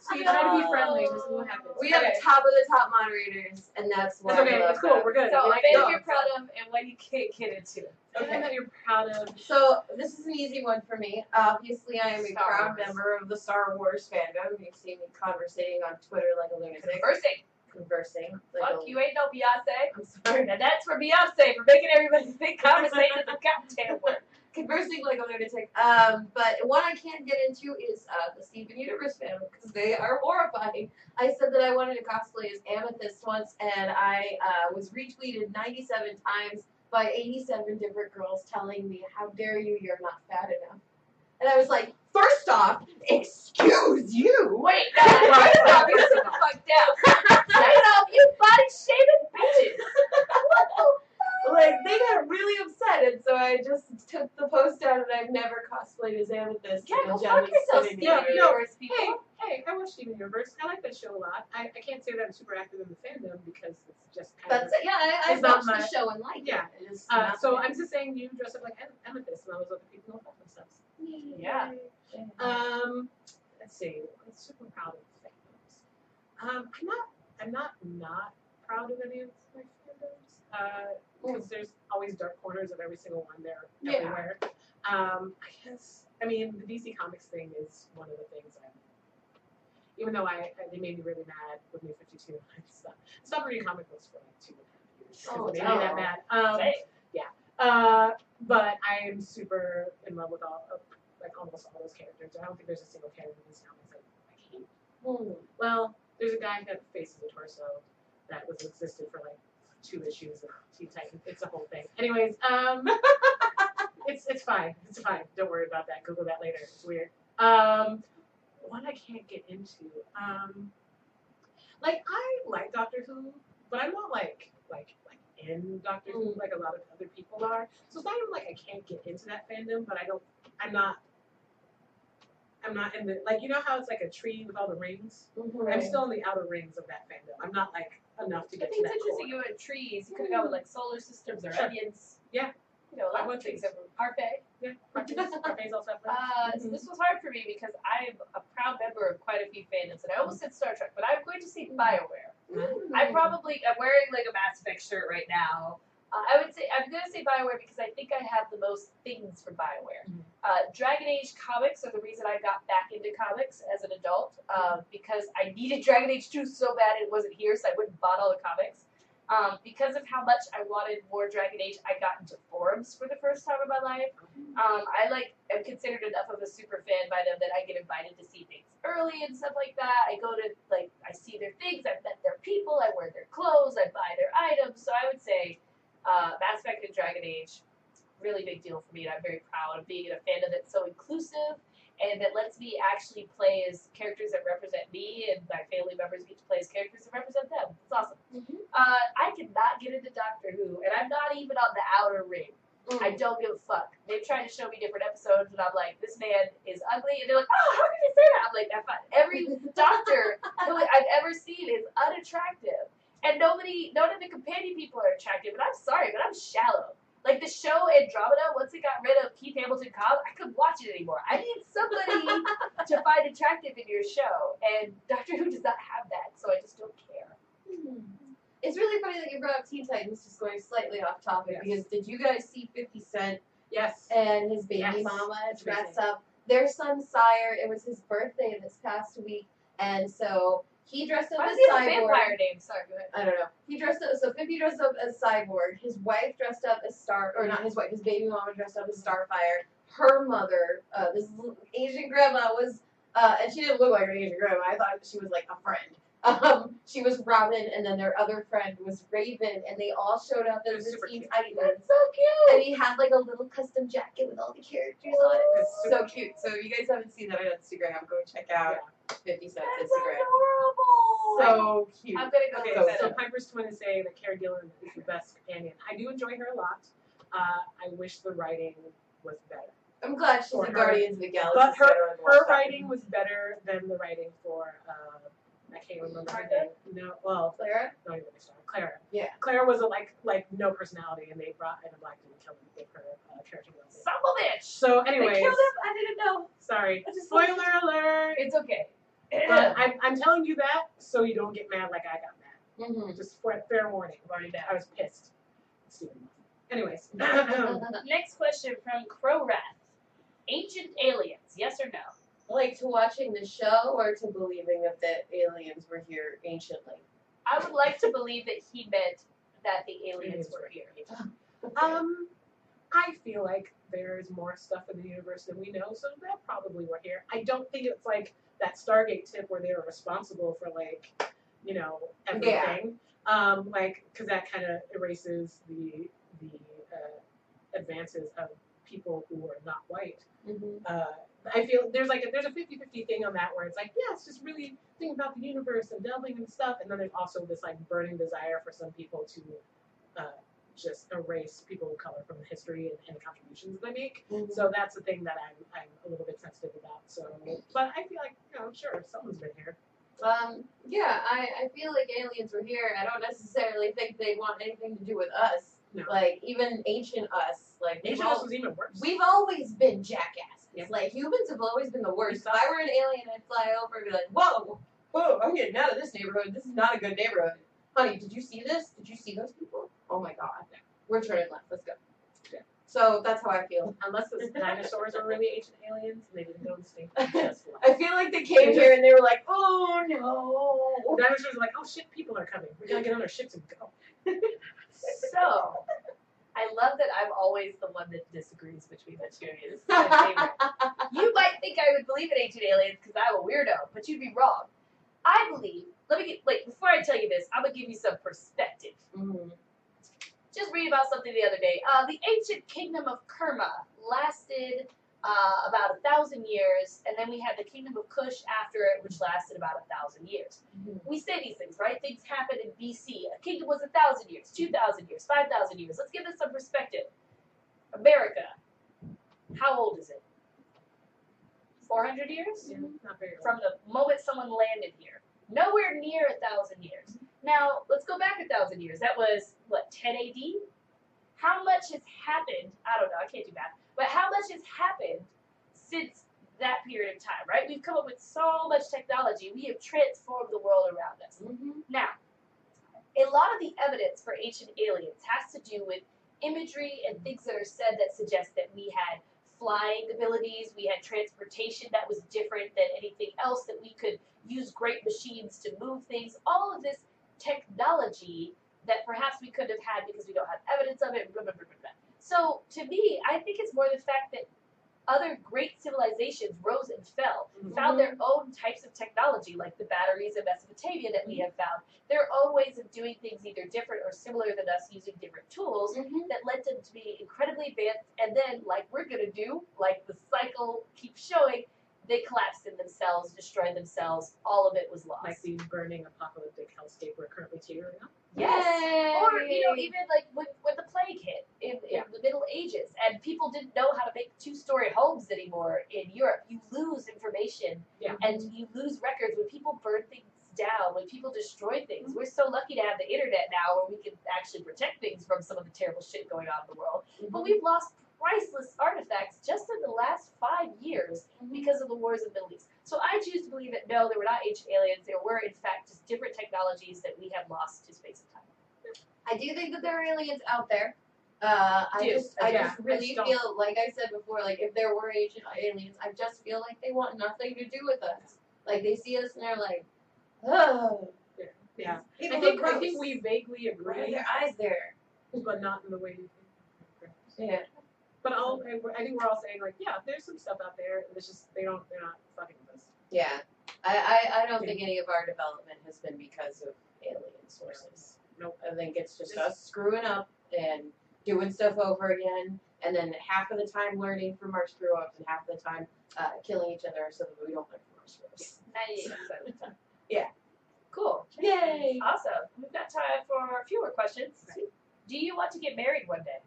Speaker 3: So you try to be friendly, just see what happens.
Speaker 2: We have
Speaker 1: Okay.
Speaker 2: top of the top moderators, and that's why.
Speaker 3: It's
Speaker 2: we
Speaker 3: okay.
Speaker 2: love
Speaker 3: It's cool.
Speaker 2: them.
Speaker 3: We're good.
Speaker 1: So, a
Speaker 3: we like
Speaker 1: fan
Speaker 3: dogs.
Speaker 1: you're proud of and one you can't get into.
Speaker 3: Something that you're proud of.
Speaker 2: So this is an easy one for me. Obviously, I am a
Speaker 1: Star
Speaker 2: proud
Speaker 1: Wars.
Speaker 2: member of the Star Wars fandom. You've seen me conversating on Twitter like a lunatic,
Speaker 1: Conversing.
Speaker 2: conversing. Like
Speaker 1: Fuck,
Speaker 2: a,
Speaker 1: you ain't no Beyonce.
Speaker 2: I'm sorry.
Speaker 1: And that's for Beyonce for making everybody think conversation is a goddamn word.
Speaker 2: Conversing like a lunatic. Um, but one I can't get into is uh, the Steven Universe fandom because they are horrifying. I said that I wanted to cosplay as Amethyst once, and I uh, was retweeted 97 times by 87 different girls telling me, "How dare you? You're not fat enough." And I was like, first off, excuse you.
Speaker 1: Wait, no, first off, you sit the fuck down. Second off, you body shaming bitches.
Speaker 2: (laughs) Like they got really upset, and so I just took the post down, and I've never cosplayed as Amethyst.
Speaker 1: Yeah,
Speaker 2: and
Speaker 1: go
Speaker 2: Jem
Speaker 1: fuck
Speaker 2: is
Speaker 1: yourself,
Speaker 2: sitting
Speaker 1: Steven
Speaker 3: Yeah,
Speaker 2: there.
Speaker 3: no.
Speaker 1: Universe people.
Speaker 3: Hey, hey, I watch Steven Universe. I like that show a lot. I, I can't say that I'm super active in the fandom because it's just kind
Speaker 2: That's
Speaker 3: of.
Speaker 2: it. Yeah, I, I
Speaker 3: It's not
Speaker 2: watched the
Speaker 3: my-
Speaker 2: show and liked
Speaker 3: yeah.
Speaker 2: it. It's
Speaker 3: Uh,
Speaker 2: not
Speaker 3: so
Speaker 2: my-
Speaker 3: I'm just saying you dress up like am- Amethyst and all those other people don't fuck themselves.
Speaker 1: Yeah.
Speaker 3: Um, let's see. I'm super proud of fandoms. Um, I'm not. I'm not not proud of any of my fandoms.
Speaker 1: Hmm.
Speaker 3: because there's always dark corners of every single one. They're
Speaker 2: Yeah.
Speaker 3: everywhere. Um, I guess I mean the DC Comics thing is one of the things I'm. Even though I, I they made me really mad with New Fifty (laughs) Two, I stopped, stopped reading comic books for like two and a half years. 'cause
Speaker 1: Oh,
Speaker 3: it made me
Speaker 1: no.
Speaker 3: that mad. Um,
Speaker 1: Right.
Speaker 3: uh, but I am super in love with all of, like almost all those characters. I don't think there's a single character in these comics that I hate.
Speaker 2: Mm-hmm.
Speaker 3: Well, there's a guy who had a face as a torso that was existed for like two issues of Teen Titan. It's a whole thing. Anyways, um, (laughs) it's it's fine. It's fine. Don't worry about that. Google that later. It's weird. Um, one I can't get into. Um, like I like Doctor Who, but I'm not like like like in Doctor Who like a lot of other people are. So it's not even like I can't get into that fandom, but I don't. I'm not. I'm not in the like you know how it's like a tree with all the rings.
Speaker 2: Mm-hmm.
Speaker 3: I'm still in the outer rings of that fandom. I'm not like enough to
Speaker 1: I
Speaker 3: get
Speaker 1: think
Speaker 3: to
Speaker 1: it's (laughs)
Speaker 3: that
Speaker 1: interesting.
Speaker 3: core.
Speaker 1: You went trees. You could have gone with like solar systems or
Speaker 3: Sure.
Speaker 1: onions.
Speaker 3: Yeah.
Speaker 1: You know, a lot
Speaker 3: I want
Speaker 1: of things.
Speaker 3: things.
Speaker 1: over- Parfait.
Speaker 3: Yeah, parfaits- parfaits also have rings.
Speaker 1: Uh, so this was hard for me because I'm a proud member of quite a few fandoms, and I almost said Star Trek, but I'm going to see
Speaker 3: Mm.
Speaker 1: Bioware.
Speaker 2: Mm-hmm.
Speaker 1: I probably I'm wearing like a Mass Effect shirt right now. Uh, I would say I'm gonna say Bioware because I think I have the most things from Bioware.
Speaker 3: Mhm.
Speaker 1: Uh, Dragon Age comics are the reason I got back into comics as an adult um, because I needed Dragon Age two so bad it wasn't here, so I wouldn't bought all the comics. Um, because of how much I wanted more Dragon Age, I got into forums for the first time in my life. Um, I like am considered enough of a super fan by them that I get invited to see things early and stuff like that. I go to like I see their things, I've met their people, I wear their clothes, I buy their items. So I would say uh, Mass Effect and Dragon Age really big deal for me, and I'm very proud of being in a fandom that's so inclusive and that lets me actually play as characters that represent me, and my family members get to play as characters that represent them. It's awesome. Uh, I cannot get into Doctor Who, and I'm not even on the outer ring. I
Speaker 2: Mm-hmm.
Speaker 1: don't give a fuck. They've tried to show me different episodes, and I'm like, this man is ugly. And they're like, oh, how can you say that? I'm like, that's fine.
Speaker 2: (laughs)
Speaker 1: Every doctor who I've ever seen is unattractive. And nobody, none of the companion people are attractive. And I'm sorry, but I'm shallow. Like the show Andromeda, once it got rid of Keith Hamilton Cobb, I couldn't watch it anymore. I need
Speaker 2: (laughs)
Speaker 1: somebody to find attractive in your show. And Doctor Who does not have that, so I just don't care.
Speaker 2: It's really funny that you brought up Teen Titans, just going slightly off topic, because
Speaker 3: Yes.
Speaker 2: did you guys see 50 Cent
Speaker 3: Yes.
Speaker 2: and his baby
Speaker 3: Yes.
Speaker 2: mama
Speaker 3: It's
Speaker 2: dressed
Speaker 3: amazing.
Speaker 2: up? Their son, Sire, it was his birthday this past week, and so he dressed up
Speaker 1: Why
Speaker 2: as
Speaker 1: does he have a
Speaker 2: Cyborg.
Speaker 1: vampire name? Sorry, go ahead.
Speaker 2: I don't know. He dressed up, so Fifty dressed up as Cyborg. His wife dressed up as Star, or not his wife, his baby mama dressed up as Starfire. Her mother, uh, this l- Asian grandma was, uh, and she didn't look like an Asian grandma. I thought she was like a friend. (laughs) Um, she was Robin, and then their other friend was Raven, and they all showed up
Speaker 3: It
Speaker 2: as
Speaker 3: was
Speaker 2: the
Speaker 3: super
Speaker 2: Teen
Speaker 3: cute.
Speaker 2: Titans.
Speaker 1: so cute.
Speaker 2: And he had like a little custom jacket with all the characters on it.
Speaker 3: It's
Speaker 2: So
Speaker 3: super-
Speaker 4: so cute. So if you guys haven't seen that on Instagram, go check out 50 Cent's
Speaker 1: That's
Speaker 4: Instagram.
Speaker 1: adorable.
Speaker 4: So cute.
Speaker 1: Oh, I'm gonna go
Speaker 3: Okay,
Speaker 1: with
Speaker 3: so
Speaker 1: it.
Speaker 3: Piper's twin is saying that Karen Gillan is the best companion. I do enjoy her a lot. Uh, I wish the writing was better.
Speaker 2: I'm glad she's
Speaker 3: For
Speaker 2: in
Speaker 3: her.
Speaker 2: Guardians of the Galaxy.
Speaker 3: But
Speaker 2: so I don't watch
Speaker 3: Her
Speaker 2: that.
Speaker 3: writing was better than the writing for uh, I can't remember her name. No, well,
Speaker 2: Clara.
Speaker 3: not even Michelle. Clara.
Speaker 2: Yeah.
Speaker 3: Clara was a, like like no personality, and they brought in a black dude to kill him with her uh, character. development.
Speaker 1: Son of a bitch.
Speaker 3: So,
Speaker 1: They
Speaker 3: anyways,
Speaker 1: killed him. I didn't know.
Speaker 3: sorry.
Speaker 1: I just
Speaker 3: Spoiler alert.
Speaker 1: It's okay.
Speaker 3: But I'm, I'm telling you that so you don't get mad like I got mad.
Speaker 2: Mm-hmm.
Speaker 3: Just for, fair warning. I'm already mad. I was pissed. Stupid.
Speaker 1: (laughs)
Speaker 3: Anyways. (laughs)
Speaker 1: Next question from Crow Wrath. Ancient aliens, yes or no?
Speaker 2: like to watching the show or to
Speaker 4: believing that the aliens were here anciently.
Speaker 1: I would like to believe that he meant that the aliens were here.
Speaker 3: Um, I feel like there's more stuff in the universe than we know, so that probably were here. I don't think it's like that Stargate tip where they were responsible for like, you know, everything. Um, like because that kind of erases the the uh, advances of people who are not white.
Speaker 2: Mm-hmm.
Speaker 3: Uh, I feel there's like a, there's a 50-50 thing on that where it's like, yeah, it's just really thinking about the universe and delving and stuff, and then there's also this like burning desire for some people to uh, just erase people of color from the history and, and the contributions they make.
Speaker 2: Mhm.
Speaker 3: So that's the thing that I'm, I'm a little bit sensitive about. So, but I feel like you know, sure, someone's been here.
Speaker 2: Um, yeah, I, I feel like aliens were here. I don't necessarily think they want anything to do with us.
Speaker 3: No.
Speaker 2: Like even ancient us, like we've,
Speaker 3: Nature
Speaker 2: al-
Speaker 3: was even worse.
Speaker 2: we've always been jackasses.
Speaker 3: Yeah.
Speaker 2: Like humans have always been the worst. If I were an alien, I'd fly over and be like, "Whoa,
Speaker 4: Whoa, I'm getting out of this neighborhood. This is not a good neighborhood.
Speaker 2: honey, did you see this? Did you see those people?
Speaker 4: Oh my god. We're turning left. Let's go. So that's how I feel.
Speaker 3: Unless those dinosaurs are really ancient aliens and they didn't go
Speaker 4: (laughs)
Speaker 3: extinct just like.
Speaker 4: I feel like they came here and they were like, oh no.
Speaker 3: Dinosaurs are like, oh shit, people are coming. We gotta get on our ships and go.
Speaker 1: So, I love that I'm always the one that disagrees between the two. of you. This is my favorite. you might think I would believe in ancient aliens because I'm a weirdo, but you'd be wrong. I believe. Let me get like before I tell you this, I'm gonna give you some perspective.
Speaker 4: Mm.
Speaker 1: Just read about something the other day. Uh, the ancient kingdom of Kerma lasted uh, about a thousand years, and then we had the kingdom of Kush after it, which lasted about a thousand years. We say these things, right? Things happen in BC. A kingdom was a thousand years, two thousand years, five thousand years. Let's give this some perspective. America, how old is it? Four hundred years
Speaker 3: Yeah, not very old.
Speaker 1: from the moment someone landed here. Nowhere near a thousand years. Now let's go back a thousand years. That was what 10 AD. How much has happened? I don't know. I can't do math. But how much has happened since that period of time? Right? We've come up with so much technology. We have transformed the world around us.
Speaker 4: Mhm.
Speaker 1: Now, a lot of the evidence for ancient aliens has to do with imagery and things that are said that suggest that we had flying abilities, we had transportation that was different than anything else, that we could use great machines to move things. All of this technology that perhaps we couldn't have had because we don't have evidence of it. Blah, blah, blah, blah, blah. So, to me, I think it's more the fact that other great civilizations rose and fell found their own types of technology, like the batteries in Mesopotamia that we have found, their own ways of doing things either different or similar than us using different tools
Speaker 4: Mhm.
Speaker 1: that led them to be incredibly advanced. And then, like we're going to do, like the cycle keeps showing, they collapsed in themselves, destroyed themselves, all of it was lost.
Speaker 3: Like the burning apocalyptic hellscape we're currently teetering on.
Speaker 1: yes.
Speaker 2: Yay.
Speaker 1: Or you know, even like when, when the plague hit in, in
Speaker 3: Yeah.
Speaker 1: the Middle Ages, and people didn't know how to make two-story homes anymore in Europe. You lose information,
Speaker 3: Yeah.
Speaker 1: and you lose records when people burn things down, when people destroy things.
Speaker 3: Mm-hmm.
Speaker 1: We're so lucky to have the internet now, where we can actually protect things from some of the terrible shit going on in the world.
Speaker 3: Mm-hmm.
Speaker 1: But we've lost priceless artifacts just in the last five years
Speaker 3: Mm-hmm.
Speaker 1: because of the wars in the Middle East. So I choose to believe that no, there were not ancient aliens. There were, in fact, just different technologies that we have lost to space and time.
Speaker 2: I do think that there are aliens out there. Uh, I
Speaker 1: Do.
Speaker 2: just, I
Speaker 3: Yeah,
Speaker 2: just really
Speaker 3: I just
Speaker 2: feel like I said before, like if there were ancient aliens, I just feel like they want nothing to do with us. Like they see us and they're like, oh,
Speaker 3: Yeah.
Speaker 4: People
Speaker 3: I think,
Speaker 4: look
Speaker 3: I think
Speaker 4: gross.
Speaker 3: we vaguely
Speaker 2: why are
Speaker 3: agree,
Speaker 2: your eyes there?
Speaker 3: but not in the way you think.
Speaker 2: Yeah.
Speaker 3: But all, I I think we're all saying like, yeah, there's some stuff out there. and It's just they don't, they're not fucking with us.
Speaker 2: Yeah. I, I, I don't think any of our development has been because of alien sources.
Speaker 3: Nope.
Speaker 2: I think it's just
Speaker 3: This-
Speaker 2: us screwing up and doing stuff over again, and then half of the time learning from our screw ups, and half of the time uh, killing each other so that we don't learn from our screw ups.
Speaker 1: yeah. Cool.
Speaker 2: Yay!
Speaker 1: Awesome. We've got time for a few more questions. Do you want to get married one day?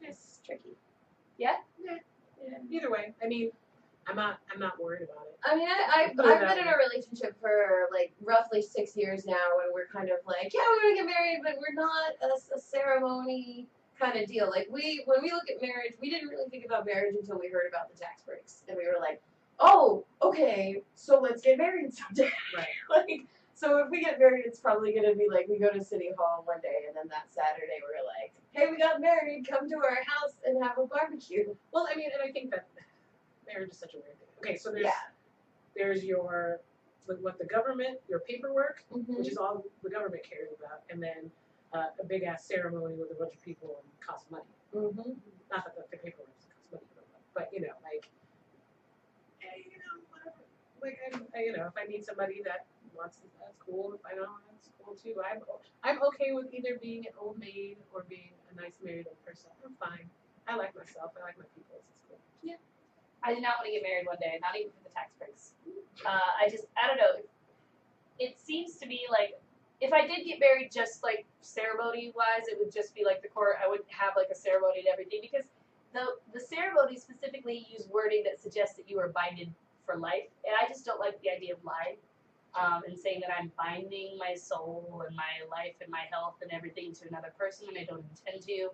Speaker 2: It's tricky.
Speaker 3: Either way, I mean, I'm not, I'm not worried about it.
Speaker 2: I mean, I, I,
Speaker 3: Put it
Speaker 2: I've
Speaker 3: that
Speaker 2: been in a relationship for like roughly six years now, and we're kind of like, yeah, we're gonna get married, but we're not a, a ceremony kind of deal. Like we, when we look at marriage, we didn't really think about marriage until we heard about the tax breaks, and we were like, oh, okay, so let's get married someday.
Speaker 3: Right.
Speaker 2: (laughs) like, so if we get married, it's probably gonna be like we go to city hall one day, and then that Saturday we're like, hey, we got married, come to our house and have a barbecue.
Speaker 3: Well, I mean, and I think that marriage is such a weird thing. Okay, so there's,
Speaker 2: Yeah.
Speaker 3: there's your, like, what the government, your paperwork,
Speaker 2: Mm-hmm.
Speaker 3: which is all the government cares about, and then uh, a big ass ceremony with a bunch of people and costs money.
Speaker 2: Mm-hmm.
Speaker 3: Not that the, the paperwork costs money, but, but you know, like, hey, you know, whatever. Like, I, I, you know, if I need somebody that wants it, that's cool. If I don't, that's cool too. I'm o- I'm okay with either being an old maid or being a nice married old person. I'm fine. I like myself. I like my people. It's cool.
Speaker 1: I do not want to get married one day, not even for the tax breaks. Uh, I just, I don't know. It seems to me like if I did get married just like ceremony wise, it would just be like the court. I wouldn't have like a ceremony and everything because the the ceremony specifically use wording that suggests that you are binded for life, and I just don't like the idea of lying. Um, and saying that I'm binding my soul and my life and my health and everything to another person, and I don't intend to.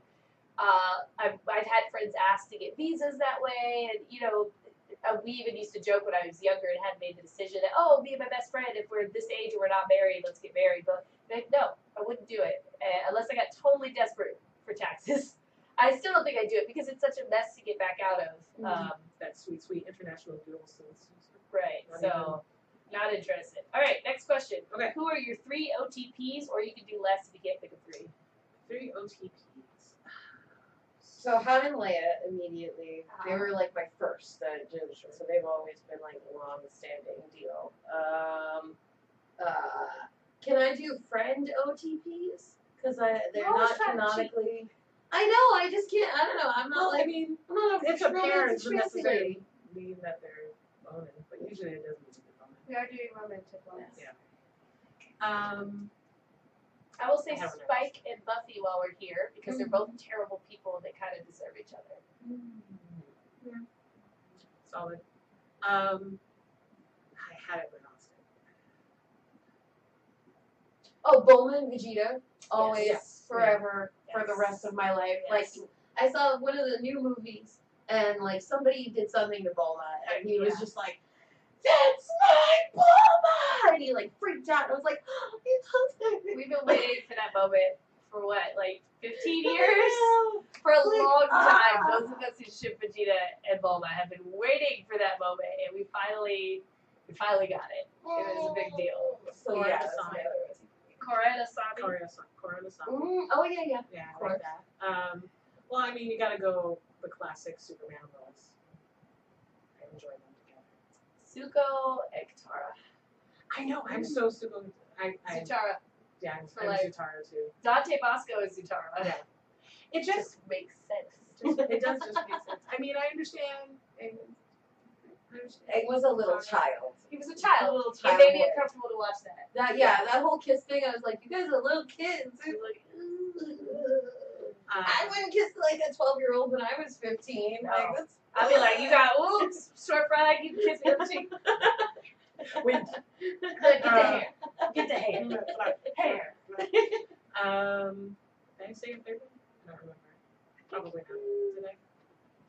Speaker 1: Uh, I've, I've had friends ask to get visas that way, and you know, uh, we even used to joke when I was younger and had made the decision that, oh, me and my best friend, if we're this age and we're not married, let's get married. But like, no, I wouldn't do it uh, unless I got totally desperate for taxes. (laughs) I still don't think I'd do it because it's such a mess to get back out of. Um,
Speaker 3: That sweet, sweet international dual citizenship.
Speaker 1: right,
Speaker 3: Not
Speaker 1: so not interested. All right, next question.
Speaker 3: Okay.
Speaker 1: Who are your three OTPs, or you can do less if you can't pick a three?
Speaker 3: Three OTPs.
Speaker 2: So Han and Leia immediately
Speaker 3: Uh-huh.
Speaker 2: they were like my first that I did, so they've always been like a long standing deal. Um uh can I do friend OTPs? Because I they're
Speaker 1: always
Speaker 2: not
Speaker 1: trying to
Speaker 2: canonically I know, I just can't I don't know, I'm not
Speaker 3: Well, I
Speaker 2: like
Speaker 3: mean,
Speaker 2: I'm not
Speaker 3: if their parents would
Speaker 2: would
Speaker 3: necessarily mean that they're boning, but usually it doesn't mean they're boning.
Speaker 6: We are doing romantic ones.
Speaker 3: Yeah. Um,
Speaker 1: I will say
Speaker 3: I Mm-hmm. have an
Speaker 1: Spike and Buffy while we're here because they're both terrible people and they kind of deserve each other.
Speaker 3: solid. Um, I had it with Austin.
Speaker 6: Oh, Bowman, Vegeta, always,
Speaker 3: Yes.
Speaker 6: forever,
Speaker 2: for the rest of my life.
Speaker 1: Yes.
Speaker 2: Like I saw one of the new movies and like somebody did something to Bulma and he was
Speaker 1: Yeah.
Speaker 2: just like that's my Bulma! And he like freaked out. And I was like, oh, it's Hulk.
Speaker 1: We've been waiting for that moment for what, like
Speaker 3: (laughs)
Speaker 1: 15 years?
Speaker 2: years.
Speaker 1: For a
Speaker 2: Like,
Speaker 1: long time,
Speaker 2: ah.
Speaker 1: those of us who ship Vegeta and Bulma have been waiting for that moment, and we finally, we finally got it. It was a big deal.
Speaker 2: So
Speaker 3: Cora
Speaker 2: yeah,
Speaker 3: the
Speaker 2: that's
Speaker 3: Sonic.
Speaker 2: my other reason.
Speaker 1: Coretta Sami.
Speaker 3: Corona song. Corona song.
Speaker 2: Mm-hmm.
Speaker 6: Mm, oh yeah, yeah.
Speaker 3: Yeah, I
Speaker 2: course.
Speaker 3: like that. Um, well, I mean, you gotta go the classic Superman roles. I enjoy them together.
Speaker 1: Suko and Katara.
Speaker 3: I know.
Speaker 1: Mm.
Speaker 3: I'm so super. I, I
Speaker 1: Zutara.
Speaker 3: yeah. I'm,
Speaker 1: For
Speaker 3: I'm
Speaker 1: like-
Speaker 3: Zutara too.
Speaker 1: Dante Bosco is Zutara.
Speaker 3: Yeah.
Speaker 1: It
Speaker 3: It just
Speaker 1: just (laughs) makes sense.
Speaker 3: just, it does just make sense. I mean, I understand. and- I understand.
Speaker 6: It was a little child.
Speaker 1: He was a child.
Speaker 3: little
Speaker 1: It
Speaker 6: child.
Speaker 1: made me uncomfortable to watch that.
Speaker 6: That yeah, that whole kiss thing. I was like, you guys are little kids.
Speaker 2: It's like,
Speaker 3: Um,
Speaker 6: I wouldn't kiss like a twelve year old when I was fifteen. Like
Speaker 3: No.
Speaker 6: that's
Speaker 1: I'd be like, you
Speaker 2: (laughs)
Speaker 1: got oops, short fry, you kiss me on the (laughs) cheek.
Speaker 3: wind.
Speaker 1: Get the
Speaker 3: Uh,
Speaker 1: hair. Get the hair.
Speaker 3: (laughs) hair. um, did I say a third one? I don't remember. Probably not. Did I?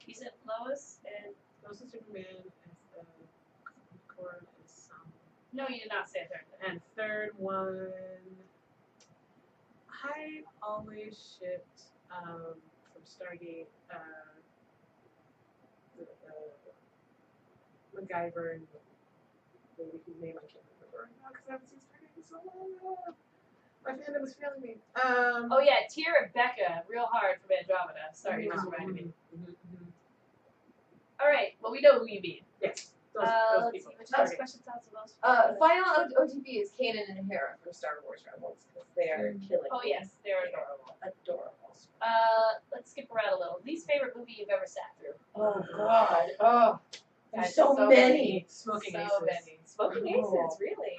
Speaker 1: You said Lois and
Speaker 3: Those are Superman and um, Korra and Sam.
Speaker 1: no, you did not say a third.
Speaker 3: And third one, I always shipped um, from Stargate uh, the, uh, MacGyver and the lady whose name I can't remember right now because I haven't seen Stargate in so long. My fandom is failing me. Um,
Speaker 1: Oh yeah, Tear and Becca, real hard from Andromeda. Sorry, you just
Speaker 3: mhm,
Speaker 1: reminded me.
Speaker 3: mhm, mhm.
Speaker 1: Mm-hmm. All right, well we know who you mean.
Speaker 3: Yes, those,
Speaker 1: Uh,
Speaker 3: those
Speaker 1: let's see,
Speaker 3: people.
Speaker 1: which last
Speaker 3: Stargate.
Speaker 1: question sounds the most.
Speaker 2: uh, final O- OTP is Kanan and Hera from Star Wars Rebels because they are killing.
Speaker 1: Oh
Speaker 2: me.
Speaker 1: yes, they're
Speaker 2: They
Speaker 1: adorable.
Speaker 2: are adorable.
Speaker 1: Uh, let's skip around a little. Least favorite movie you've ever sat through?
Speaker 2: Oh God. Oh,
Speaker 1: Guys,
Speaker 2: there's so,
Speaker 1: so
Speaker 2: many.
Speaker 3: Smoking
Speaker 1: so
Speaker 3: Aces.
Speaker 1: many. Smoking
Speaker 2: Oh.
Speaker 1: Aces, really?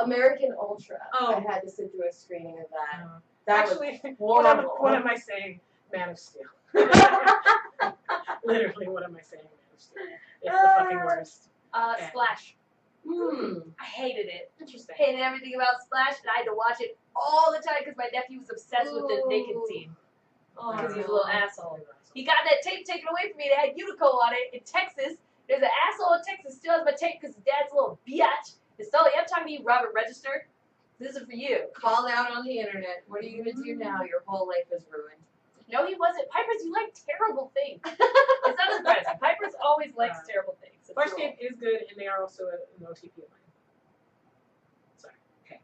Speaker 2: American Ultra.
Speaker 3: Oh.
Speaker 2: I had to sit through a screening of that.
Speaker 3: Um,
Speaker 2: That was
Speaker 3: Actually, what am,
Speaker 2: horrible.
Speaker 3: what am I saying? Man of Steel. (laughs) Literally, what am I saying? Man of Steel. It's the fucking
Speaker 2: Ah.
Speaker 3: worst.
Speaker 1: Uh,
Speaker 3: Yeah.
Speaker 1: Splash.
Speaker 2: Hmm.
Speaker 1: I hated it.
Speaker 3: Interesting.
Speaker 1: Hated everything about Splash, and I had to watch it all the time because my nephew was obsessed with the naked
Speaker 2: Ooh.
Speaker 1: scene
Speaker 2: Oh,
Speaker 1: because he's a
Speaker 2: no.
Speaker 1: little asshole. He got that tape taken away from me that had Unico on it in Texas. There's an asshole in Texas still has my tape because his dad's a little biatch. And Sully, I'm talking to you, Robert Register. This is for you.
Speaker 2: called out on the internet. What are you gonna do now? Your whole life is ruined.
Speaker 1: No, he wasn't. Piper's, you like terrible (laughs) things. it's not surprising. Piper's always likes
Speaker 3: Yeah.
Speaker 1: terrible things. It's
Speaker 3: Flash
Speaker 1: cool.
Speaker 3: Game is good, and they are also a- an OTP line. Sorry. Okay.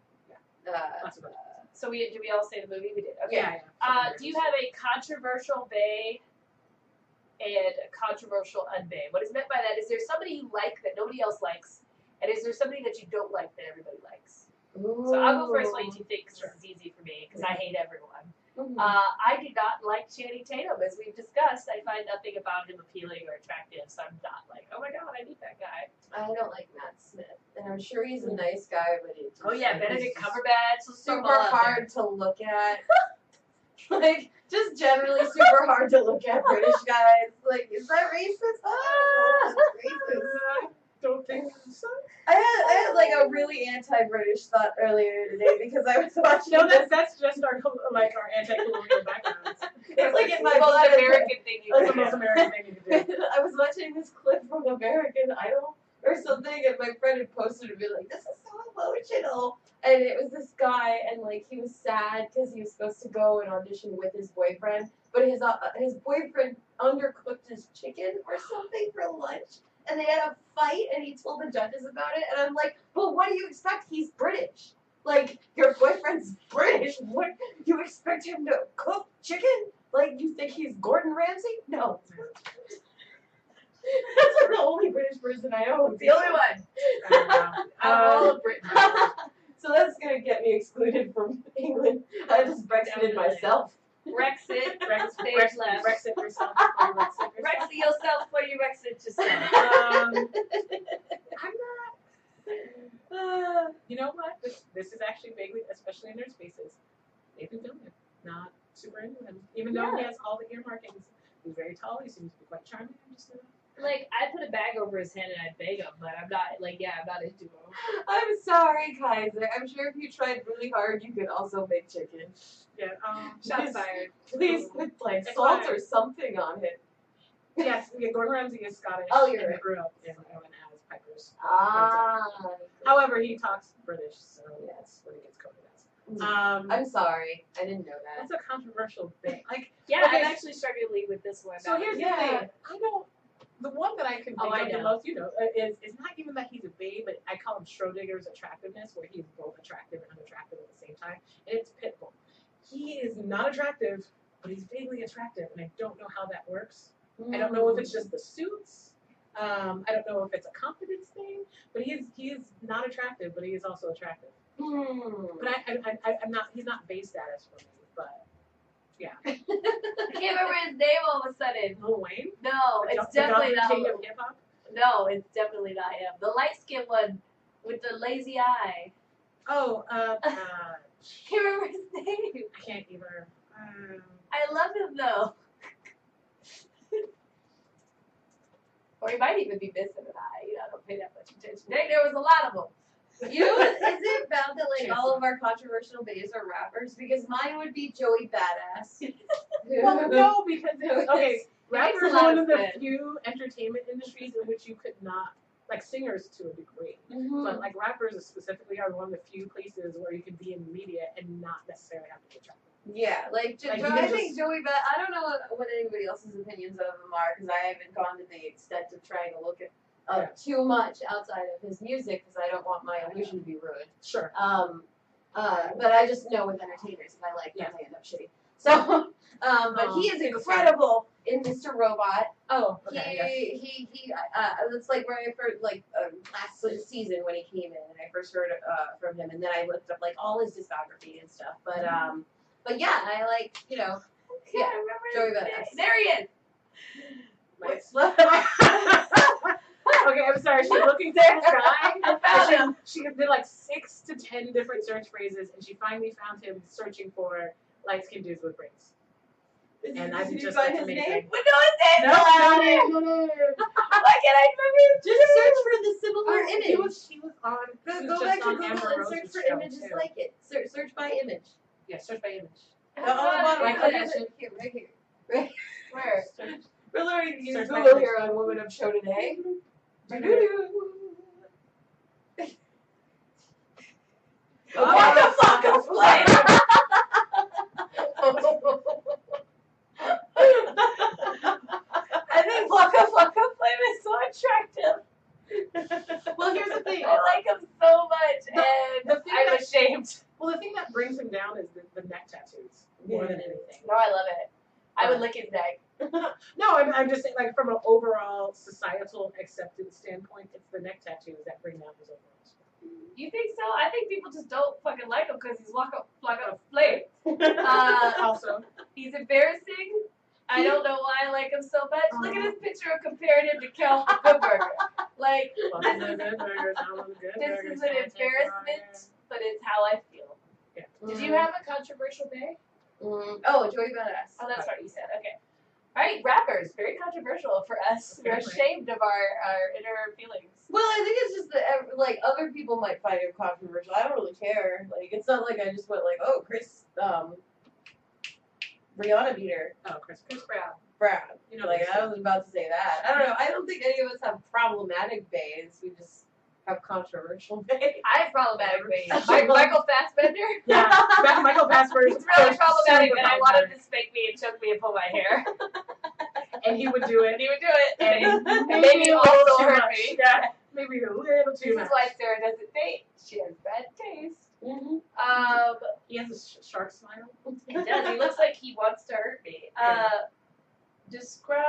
Speaker 2: Uh,
Speaker 3: Lots of other-
Speaker 1: So we did we all say the movie? We did. Okay.
Speaker 3: Yeah. yeah.
Speaker 1: Uh,
Speaker 3: Fucking
Speaker 1: do you
Speaker 3: worst.
Speaker 1: have a controversial bay and a controversial unbay? What is meant by that? Is there somebody you like that nobody else likes, and is there somebody that you don't like that everybody likes? So I'll go first, like you think, because this is easy for me, because I hate everyone.
Speaker 2: Mhm.
Speaker 1: Uh, I do not like Channing Tatum, as we've discussed. I find nothing about him appealing or attractive, so I'm not like, oh my god, I need that guy.
Speaker 2: I don't like Matt Smith, and I'm sure he's a nice guy, but it's
Speaker 1: Oh yeah, Benedict Cumberbatch, let's throw him
Speaker 2: Super
Speaker 1: all out (laughs) there.
Speaker 2: hard to look at. (laughs) like just generally super hard to look at British guys. Like is that racist? Ah! racist.
Speaker 3: Uh, (laughs) don't think so.
Speaker 2: I had, I had like a really anti-British thought earlier today because I was watching
Speaker 3: No,
Speaker 2: this
Speaker 3: that's that's just our col- like our anti-colonial backgrounds.
Speaker 4: It's like in my
Speaker 1: the most
Speaker 4: blood. it's like-
Speaker 1: American thing you can
Speaker 3: That's the
Speaker 1: do.
Speaker 3: most American thing you
Speaker 2: (laughs)
Speaker 3: can do.
Speaker 4: (laughs) I was watching this clip from American Idol or something, and my friend had posted and been like, "This is so emotional." And it was this guy, and like he was sad because he was supposed to go and audition with his boyfriend, but his uh, his boyfriend undercooked his chicken or something for lunch, and they had a fight, and he told the judges about it. And I'm like, "Well, what do you expect? He's British." Like your boyfriend's (laughs) British. What you expect him to cook chicken? Like you think he's Gordon Ramsay? No. (laughs) That's the only British person I know.
Speaker 1: The only one.
Speaker 3: Um,
Speaker 1: Out of all
Speaker 3: um,
Speaker 1: of (laughs) Britain.
Speaker 4: so that's gonna get me excluded from (laughs) England. I just Brexited myself.
Speaker 1: (laughs) Brexit, Brexit,
Speaker 3: Brexit,
Speaker 1: left.
Speaker 3: Brexit yourself. or Brexit yourself.
Speaker 1: Brexit yourself for you Brexit yourself.
Speaker 2: (laughs)
Speaker 3: Um, I'm not. Uh, you know what? This, this is actually vaguely, especially in their spaces, Nathan Fillion, not super into him, even though he has all the earmarkings. He's very tall. He seems to be quite charming. I'm just not-
Speaker 1: Like I put a bag over his head and I beg him, but I'm not like yeah, I'm not into him.
Speaker 4: I'm sorry, Kaiser. I'm sure if you tried really hard, you could also make chicken.
Speaker 3: yeah. Um,
Speaker 1: Shots
Speaker 4: Yes.
Speaker 1: fired.
Speaker 4: Please put like
Speaker 3: It's
Speaker 4: salt
Speaker 3: fine.
Speaker 4: or something on it.
Speaker 3: yes, yeah, Gordon Ramsay is Scottish.
Speaker 2: Oh, you're
Speaker 3: and
Speaker 2: right.
Speaker 3: grew up in Ireland as Piper's.
Speaker 4: Ah.
Speaker 3: However, he talks British, so that's what he gets coded as. Um,
Speaker 2: Mm-hmm. I'm sorry. I didn't know that.
Speaker 3: that's a controversial thing. Like.
Speaker 1: Yeah,
Speaker 3: Okay.
Speaker 1: I'm actually struggling with this one. Um,
Speaker 3: So here's the
Speaker 4: Yeah.
Speaker 3: thing. I don't. The one that I can think
Speaker 1: Oh, I
Speaker 3: of the
Speaker 1: know.
Speaker 3: most, you know, uh, is is not even that he's a babe, but I call him Schrodinger's attractiveness, where he's both attractive and unattractive at the same time. And it's Pitbull. He is not attractive, but he's vaguely attractive, and I don't know how that works. I don't know if it's just the suits. Um, I don't know if it's a confidence thing, but he is he is not attractive, but he is also attractive. But I, I, I I'm not he's not base status for me. But
Speaker 1: I can't remember his name all of a sudden.
Speaker 3: Lil Wayne,
Speaker 1: No,
Speaker 3: the
Speaker 1: it's
Speaker 3: Dom- the
Speaker 1: definitely
Speaker 3: Dom-
Speaker 1: not.
Speaker 3: king of hip hop.
Speaker 1: No, it's definitely not him. The light skinned one with the lazy eye. (laughs)
Speaker 3: Oh, uh, uh,
Speaker 1: Can't remember his name.
Speaker 3: I can't either. Um,
Speaker 1: I love him though. or he might even be missing an eye. You know, I don't pay that much attention. Dang, there was a lot of them.
Speaker 2: You know,
Speaker 1: (laughs)
Speaker 2: is it bad that like all of our controversial bays are rappers? Because mine would be Joey Badass. (laughs)
Speaker 3: well, (laughs) no, because it, okay, rap
Speaker 1: makes a
Speaker 3: is
Speaker 1: lot
Speaker 3: one
Speaker 1: of
Speaker 3: of the
Speaker 1: sense.
Speaker 3: few entertainment industries in which you could not like singers to a degree,
Speaker 1: Hmm.
Speaker 2: Mhm.
Speaker 3: but like rappers specifically are one of the few places where you can be in media and not necessarily have to be attractive.
Speaker 2: Yeah, like, Jo-
Speaker 3: Like,
Speaker 2: Jo-
Speaker 3: you
Speaker 2: I
Speaker 3: can
Speaker 2: think Joey Bad. I don't know what, what anybody else's opinions of him are because I haven't gone to the extent of trying to look at uh, too much outside of his music because I don't want my illusion to be ruined.
Speaker 3: Sure.
Speaker 2: Um, uh, but I just know with entertainers, if I like them,
Speaker 3: Yeah.
Speaker 2: they end up shitty. So, (laughs) um, but he
Speaker 3: Um,
Speaker 2: is incredible in Mr. Robot.
Speaker 3: Oh, okay.
Speaker 2: he,
Speaker 3: yes.
Speaker 2: he he uh, it's like where I heard like uh, last season when he came in and I first heard uh, from him and then I looked up like all his discography and stuff but um but yeah I like you know
Speaker 1: Can't
Speaker 2: Yeah,
Speaker 1: remember
Speaker 2: Joey
Speaker 1: his
Speaker 2: Badass.
Speaker 1: name. There he is.
Speaker 3: Nice. (laughs) (laughs) okay, I'm sorry. She's looking through this
Speaker 1: (laughs)
Speaker 3: guy.
Speaker 1: I found him.
Speaker 3: And She, she did like six to ten different search phrases, and she finally found him searching for light-skinned dudes with braids. And I
Speaker 4: Did
Speaker 3: think
Speaker 4: you
Speaker 3: just
Speaker 4: find
Speaker 3: that's
Speaker 4: his
Speaker 3: amazing.
Speaker 4: name?
Speaker 1: We know his name.
Speaker 3: (laughs) No, no, no, no, (laughs)
Speaker 1: Why can't I remember his
Speaker 2: just
Speaker 1: name?
Speaker 2: search for the similar image
Speaker 3: Uh, He was, she was on.
Speaker 2: go,
Speaker 3: she was
Speaker 2: go
Speaker 3: just
Speaker 2: back to
Speaker 3: on
Speaker 2: Google
Speaker 3: Amber
Speaker 2: and
Speaker 3: Rose
Speaker 2: search for
Speaker 3: show,
Speaker 2: images
Speaker 3: too.
Speaker 2: like it search, search by image
Speaker 3: Yeah, search by image.
Speaker 4: Oh, oh,
Speaker 1: Like
Speaker 4: Like
Speaker 2: right
Speaker 1: that.
Speaker 2: here, here right here right
Speaker 1: Where?
Speaker 3: Search-
Speaker 4: We're learning to use
Speaker 3: Search
Speaker 4: Google
Speaker 3: language.
Speaker 4: here on Woman of Show today.
Speaker 2: (laughs)
Speaker 3: Oh,
Speaker 1: What the fuck
Speaker 4: I'm
Speaker 3: (laughs)
Speaker 1: I think Waka Waka Flame is so attractive.
Speaker 3: (laughs)
Speaker 4: Well, here's the
Speaker 1: (laughs)
Speaker 4: thing.
Speaker 1: I like him so much, and
Speaker 3: the thing
Speaker 1: I'm
Speaker 3: that-
Speaker 1: ashamed.
Speaker 3: Well, the thing that brings him down is the, the neck tattoos more than anything.
Speaker 1: No, I love it. I would lick his neck.
Speaker 3: (laughs) No, I'm, I'm just saying, like from an overall societal acceptance standpoint, it's the neck tattoos that bring down his overall. score.
Speaker 1: You think so? I think people just don't fucking like him because he's Waka Waka Flame.
Speaker 3: (laughs)
Speaker 1: Uh, (laughs)
Speaker 3: also,
Speaker 1: He's embarrassing. I don't know why I like him so much. Look at
Speaker 3: Uh-huh.
Speaker 1: his picture of comparing him to Cal Goodberger.
Speaker 3: (laughs)
Speaker 1: like,
Speaker 3: Welcome to the good burgers, I want the good
Speaker 1: this
Speaker 3: burgers,
Speaker 1: is an
Speaker 3: Santa
Speaker 1: embarrassment, but it's how I feel. Did you have a controversial day?
Speaker 2: Mm, oh Joey Badass
Speaker 1: Oh, that's right, you said. Okay. All right, rappers. Very controversial for us. We're
Speaker 3: Apparently.
Speaker 1: ashamed of our, our inner feelings.
Speaker 2: Well, I think it's just that ev- like other people might find it controversial. I don't really care. Like it's not like I just went like, oh, Chris, um,
Speaker 4: Brianna Beater,
Speaker 3: Oh, Chris.
Speaker 1: Chris Brown.
Speaker 4: Brown.
Speaker 3: You know, oh.
Speaker 4: You're
Speaker 1: (laughs)
Speaker 4: like, I was about to say that. I don't know. I don't think any of us have problematic bays. We just have controversial bays.
Speaker 1: I have problematic ways. Mi- Michael (laughs) Fassbender?
Speaker 3: yeah. Ma- Michael Passford.
Speaker 1: It's really problematic, and I want him to spank me and choke me and pull my (laughs) hair.
Speaker 3: And he would
Speaker 1: (laughs)
Speaker 3: do
Speaker 1: And
Speaker 3: it.
Speaker 1: he would do it.
Speaker 3: And
Speaker 1: Maybe it
Speaker 3: a little
Speaker 1: also
Speaker 3: too
Speaker 1: hurt
Speaker 3: much.
Speaker 1: me.
Speaker 3: Yeah. Maybe a little
Speaker 1: This
Speaker 3: too
Speaker 1: is
Speaker 3: much.
Speaker 1: why Sarah doesn't date. She has bad taste.
Speaker 4: Mm-hmm.
Speaker 1: Um,
Speaker 3: He has a sh- shark smile.
Speaker 4: (laughs)
Speaker 1: he does. He looks like he wants to hurt me. Uh, describe.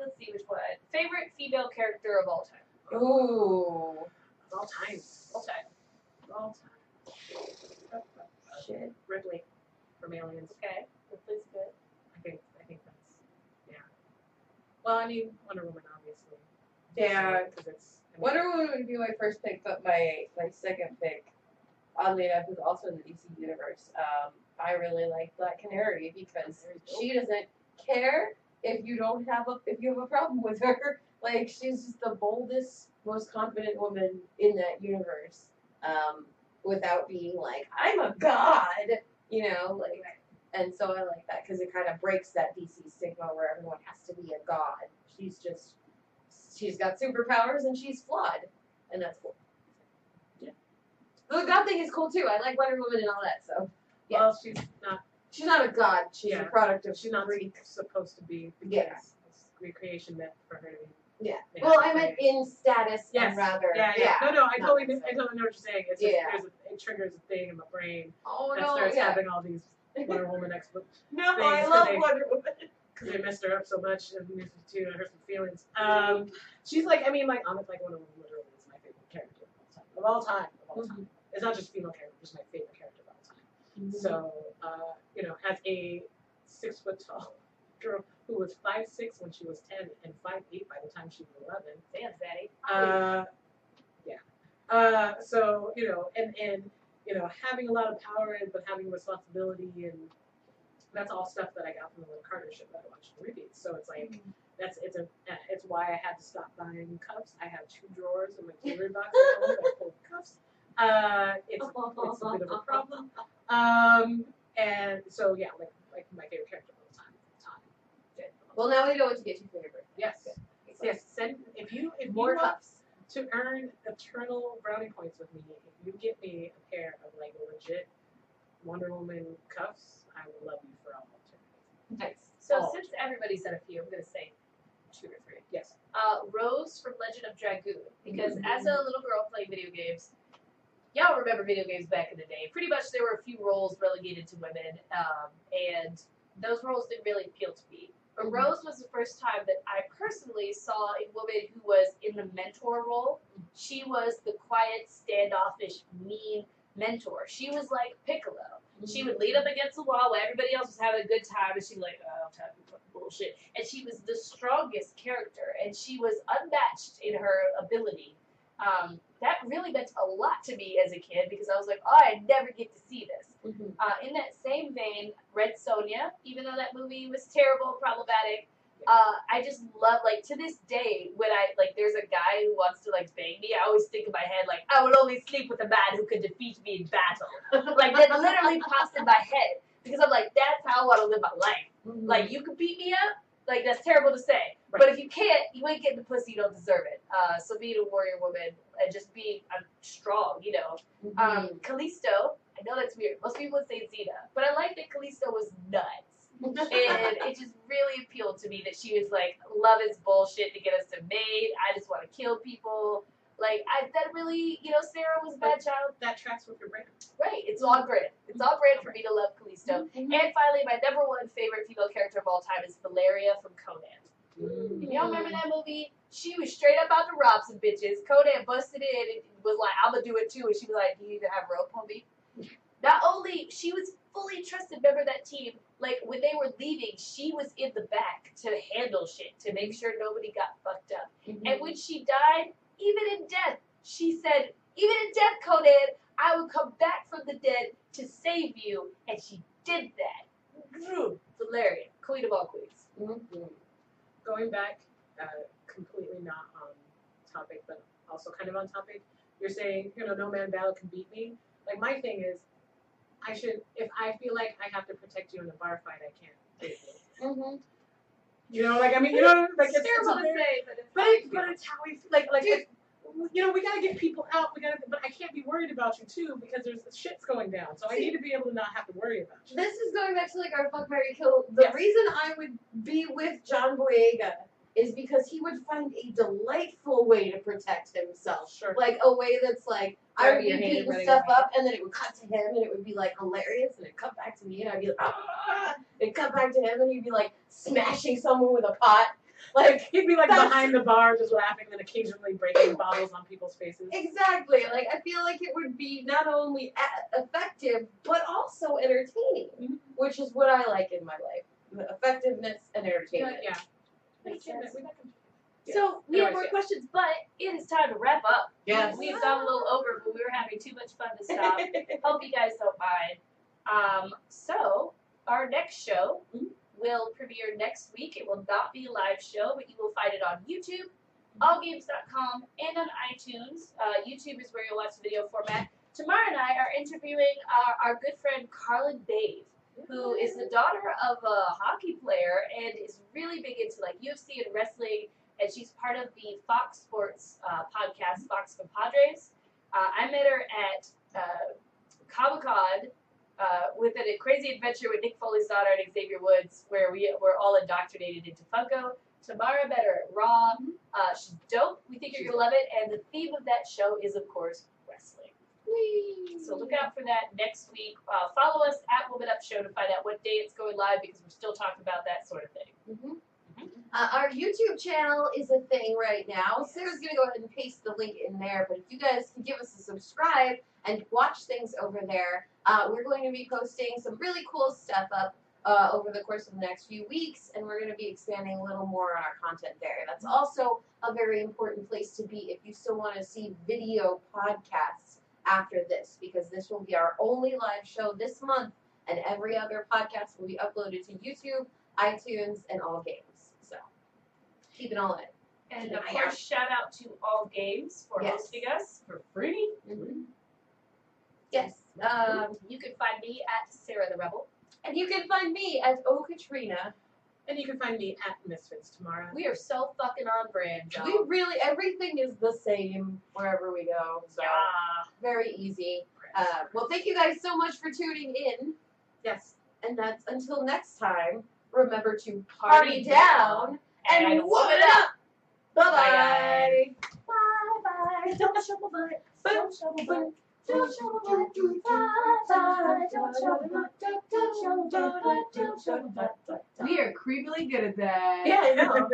Speaker 1: Let's see which one. Favorite female character of all time.
Speaker 4: Ooh.
Speaker 3: Of all time.
Speaker 1: All time.
Speaker 3: Of all time.
Speaker 4: Shit.
Speaker 3: Ripley from Aliens.
Speaker 1: Okay. Ripley's good.
Speaker 3: I think I think that's yeah. Well, I mean Wonder Woman obviously.
Speaker 4: Yeah.
Speaker 3: because it's I mean,
Speaker 4: Wonder Woman would be my first pick, but my my second pick, oddly enough, is also in the DC universe. Um, I really like Black Canary because she doesn't care if you don't have a if you have a problem with her. (laughs) Like she's just the boldest, most confident woman in that universe. Um, without being like I'm a god, you know, like. And so I like that because it kind of breaks that DC stigma where everyone has to be a god. She's just she's got superpowers and she's flawed, and that's cool.
Speaker 3: Yeah.
Speaker 4: The god thing is cool too. I like Wonder Woman and all that. So
Speaker 3: Well, she's not
Speaker 4: she's not a god. She's
Speaker 3: Yeah.
Speaker 4: a product of
Speaker 3: she's not
Speaker 4: Greek.
Speaker 3: supposed to be because
Speaker 4: Yeah.
Speaker 3: it's recreation meant for her to be.
Speaker 4: Yeah.
Speaker 3: made
Speaker 2: Well,
Speaker 3: up
Speaker 2: I
Speaker 3: for
Speaker 2: meant
Speaker 3: her.
Speaker 2: in status
Speaker 3: Yes.
Speaker 2: and rather.
Speaker 3: Yeah, yeah. No, no. I
Speaker 2: not
Speaker 3: totally,
Speaker 2: necessarily.
Speaker 3: I totally know what you're saying. It's just,
Speaker 4: Yeah.
Speaker 3: there's a, it triggers a thing in the brain
Speaker 4: Oh
Speaker 3: that
Speaker 4: no!
Speaker 3: starts
Speaker 4: yeah.
Speaker 3: having all these Wonder
Speaker 4: (laughs)
Speaker 3: Woman expo
Speaker 4: No,
Speaker 3: things
Speaker 4: I
Speaker 3: that
Speaker 4: love
Speaker 3: they-
Speaker 4: Wonder Woman.
Speaker 3: because they messed her up so much and moved her to her some feelings. Um, she's like, I mean, like, honest, like one of them literally is my favorite character of all time. Of all time, of all time. It's not just female character, just my favorite character of all time.
Speaker 2: Mm-hmm.
Speaker 3: So, uh, you know, as a six foot tall (laughs) girl who was five six when she was ten and five eight by the time she was eleven,
Speaker 1: Damn, Zaddy.
Speaker 3: uh, yeah. Uh, so you know, and and you know, having a lot of power and but having responsibility and that's all stuff that I got from the Lynn Carter show that I watched in repeats. So it's like
Speaker 2: Mm-hmm.
Speaker 3: that's it's a it's why I had to stop buying cups. I have two drawers in my jewelry box at home that are full of cups. Uh, it's it's a bit of a problem.
Speaker 2: (laughs)
Speaker 3: Um, and so yeah, like like my favorite character of all time. Tom. Dead.
Speaker 2: Well, now we know what to get you for your birthday.
Speaker 3: Yes. Yes. Send if you if
Speaker 2: More
Speaker 3: you want
Speaker 2: cups.
Speaker 3: to earn eternal brownie points with me, if you get me a pair of like legit Wonder Woman cuffs, I will love you for all eternity.
Speaker 1: Nice. So
Speaker 3: Oh.
Speaker 1: since everybody said a few, I'm gonna say two or three.
Speaker 3: Yes.
Speaker 1: uh, Rose from Legend of Dragoon because as a little girl playing video games, y'all remember video games back in the day. Pretty much there were a few roles relegated to women, um, and those roles didn't really appeal to me. But Rose was the first time that I personally saw a woman who was in the mentor role. She was the quiet, standoffish, mean mentor. She was like Piccolo. She would lean up against the wall while everybody else was having a good time, and she'd be like, oh, I'm tired of fucking bullshit. And she was the strongest character, and she was unmatched in her ability. Um, that really meant a lot to me as a kid because I was like, oh, I never get to see this.
Speaker 4: Mhm.
Speaker 1: Uh, in that same vein, Red Sonja, even though that movie was terrible, problematic, uh, I just love, like, to this day, when I, like, there's a guy who wants to, like, bang me, I always think in my head, like, I would only sleep with a man who could defeat me in battle (laughs) like that literally pops in my head because I'm like, that's how I want to live my life. Like you can beat me up, like that's terrible to say, but if you can't, you ain't getting the pussy. You don't deserve it. Uh, so being a warrior woman and just being um, strong, you know.
Speaker 2: Mm-hmm.
Speaker 1: (laughs) Um, Callisto, I know that's weird. Most people would say Xena, but I like that Callisto was nuts and it just really appealed to me that she was like, "Love is bullshit to get us to maid. I just want to kill people." Like I, that really, you know, Sarah was a bad child.
Speaker 3: That tracks with your brand.
Speaker 1: Right, it's all brand. It's all brand for me to love Callisto. And finally, my number one favorite female character of all time is Valeria from Conan. If y'all remember that movie, she was straight up out to rob some bitches. Conan busted in and was like, "I'ma do it too," and she was like, "You either have rope, homie." Not only she was fully trusted member of that team, like when they were leaving, she was in the back to handle shit to make sure nobody got fucked up. And when she died, even in death, she said, even in death, Conan, I will come back from the dead to save you. And she did that. Groom, Valeria, queen of all queens.
Speaker 4: Mhm.
Speaker 3: Going back, uh, completely not on topic, but also kind of on topic. You're saying, you know, no man battle can beat me. Like my thing is, I should if I feel like I have to protect you in a bar fight, I can.
Speaker 2: Mm-hmm.
Speaker 3: You know, like I mean, you know, like it's, it's
Speaker 1: terrible
Speaker 3: a
Speaker 1: to
Speaker 3: very-
Speaker 1: say, but it's
Speaker 3: but it, but it's how we like like
Speaker 4: Dude.
Speaker 3: it's- you know we gotta get people out. We gotta, but I can't be worried about you too because there's shit's going down. So I
Speaker 2: See-
Speaker 3: need to be able to not have to worry about you.
Speaker 2: This is going back to like our fuck Mary Kill. The
Speaker 3: Yes.
Speaker 2: reason I would be with John Boyega is because he would find a delightful way to protect himself.
Speaker 3: Sure.
Speaker 2: Like a way that's like I
Speaker 1: Grab
Speaker 2: would
Speaker 1: your hand
Speaker 2: be
Speaker 1: and
Speaker 2: beating
Speaker 1: running
Speaker 2: stuff
Speaker 1: away.
Speaker 2: up and then it would cut to him and it would be like hilarious and it'd cut back to me and I'd be like ah! it'd cut back to him and he'd be like smashing someone with a pot. Like
Speaker 3: He'd be like
Speaker 2: That's-
Speaker 3: behind the bar, just laughing, and occasionally breaking bottles on people's faces.
Speaker 2: exactly. Like I feel like it would be not only a- effective but also entertaining,
Speaker 1: Mm-hmm.
Speaker 3: Mhm.
Speaker 2: which is what I like in my life. The effectiveness and
Speaker 3: Yeah,
Speaker 2: entertainment.
Speaker 3: yeah.
Speaker 1: Makes
Speaker 3: Yeah,
Speaker 1: sense.
Speaker 3: we got them.
Speaker 1: So we have
Speaker 3: Anyways,
Speaker 1: more
Speaker 3: yeah.
Speaker 1: questions, but it is time to wrap up.
Speaker 4: Yes.
Speaker 1: We've gone a little over, but we were having too much fun to (laughs)
Speaker 2: (laughs)
Speaker 1: stop. Hope you guys don't mind. Um, so our next show
Speaker 3: Mhm.
Speaker 1: will premiere next week. It will not be a live show, but you will find it on YouTube, allgames.com, and on iTunes. Uh, YouTube is where you'll watch the video format. Tomorrow and I are interviewing our, our good friend Carlin Bave, who is the daughter of a hockey player and is really big into like UFC and wrestling. And she's part of the Fox Sports uh, podcast, Fox Compadres. Uh, I met her at uh, Comic Con uh, with a crazy adventure with Nick Foley's daughter and Xavier Woods, where we were all indoctrinated into Funko. Tamara met her at Raw. Uh, she's dope. We think you're gonna love it. And the theme of that show is, of course, wrestling. So look out for that next week. Uh, follow us at Woman Up Show to find out what day it's going live because we're still talking about that sort of thing.
Speaker 2: Mhm. Uh, our YouTube channel is a thing right now. Sarah's going to go ahead and paste the link in there, but if you guys can give us a subscribe and watch things over there, uh, we're going to be posting some really cool stuff up uh, over the course of the next few weeks, and we're going to be expanding a little more on our content there. That's also a very important place to be if you still want to see video podcasts after this, because this will be our only live show this month, and every other podcast will be uploaded to YouTube iTunes, and all games. So keep it all in.
Speaker 1: And of
Speaker 2: Yeah.
Speaker 1: course, shout out to All Games for
Speaker 2: Yes.
Speaker 1: hosting us for free.
Speaker 2: Yes. Um,
Speaker 1: You can find me at Sarah the Rebel.
Speaker 2: and you can find me at O Katrina.
Speaker 3: And you can find me at Misfits tomorrow.
Speaker 1: We are so fucking on brand, y'all.
Speaker 2: We really everything is the same wherever we go. So
Speaker 1: Ah,
Speaker 2: very easy. Uh, well, thank you guys so much for tuning in,
Speaker 3: yes.
Speaker 2: and that's until next time. Remember to
Speaker 1: Party
Speaker 2: party down
Speaker 1: and
Speaker 2: and
Speaker 1: woman
Speaker 2: woman up. Bye bye.
Speaker 1: Bye bye. Don't show my butt. Don't show my butt. Don't show my butt.
Speaker 4: We are creepily good at that.
Speaker 3: Yeah, I know.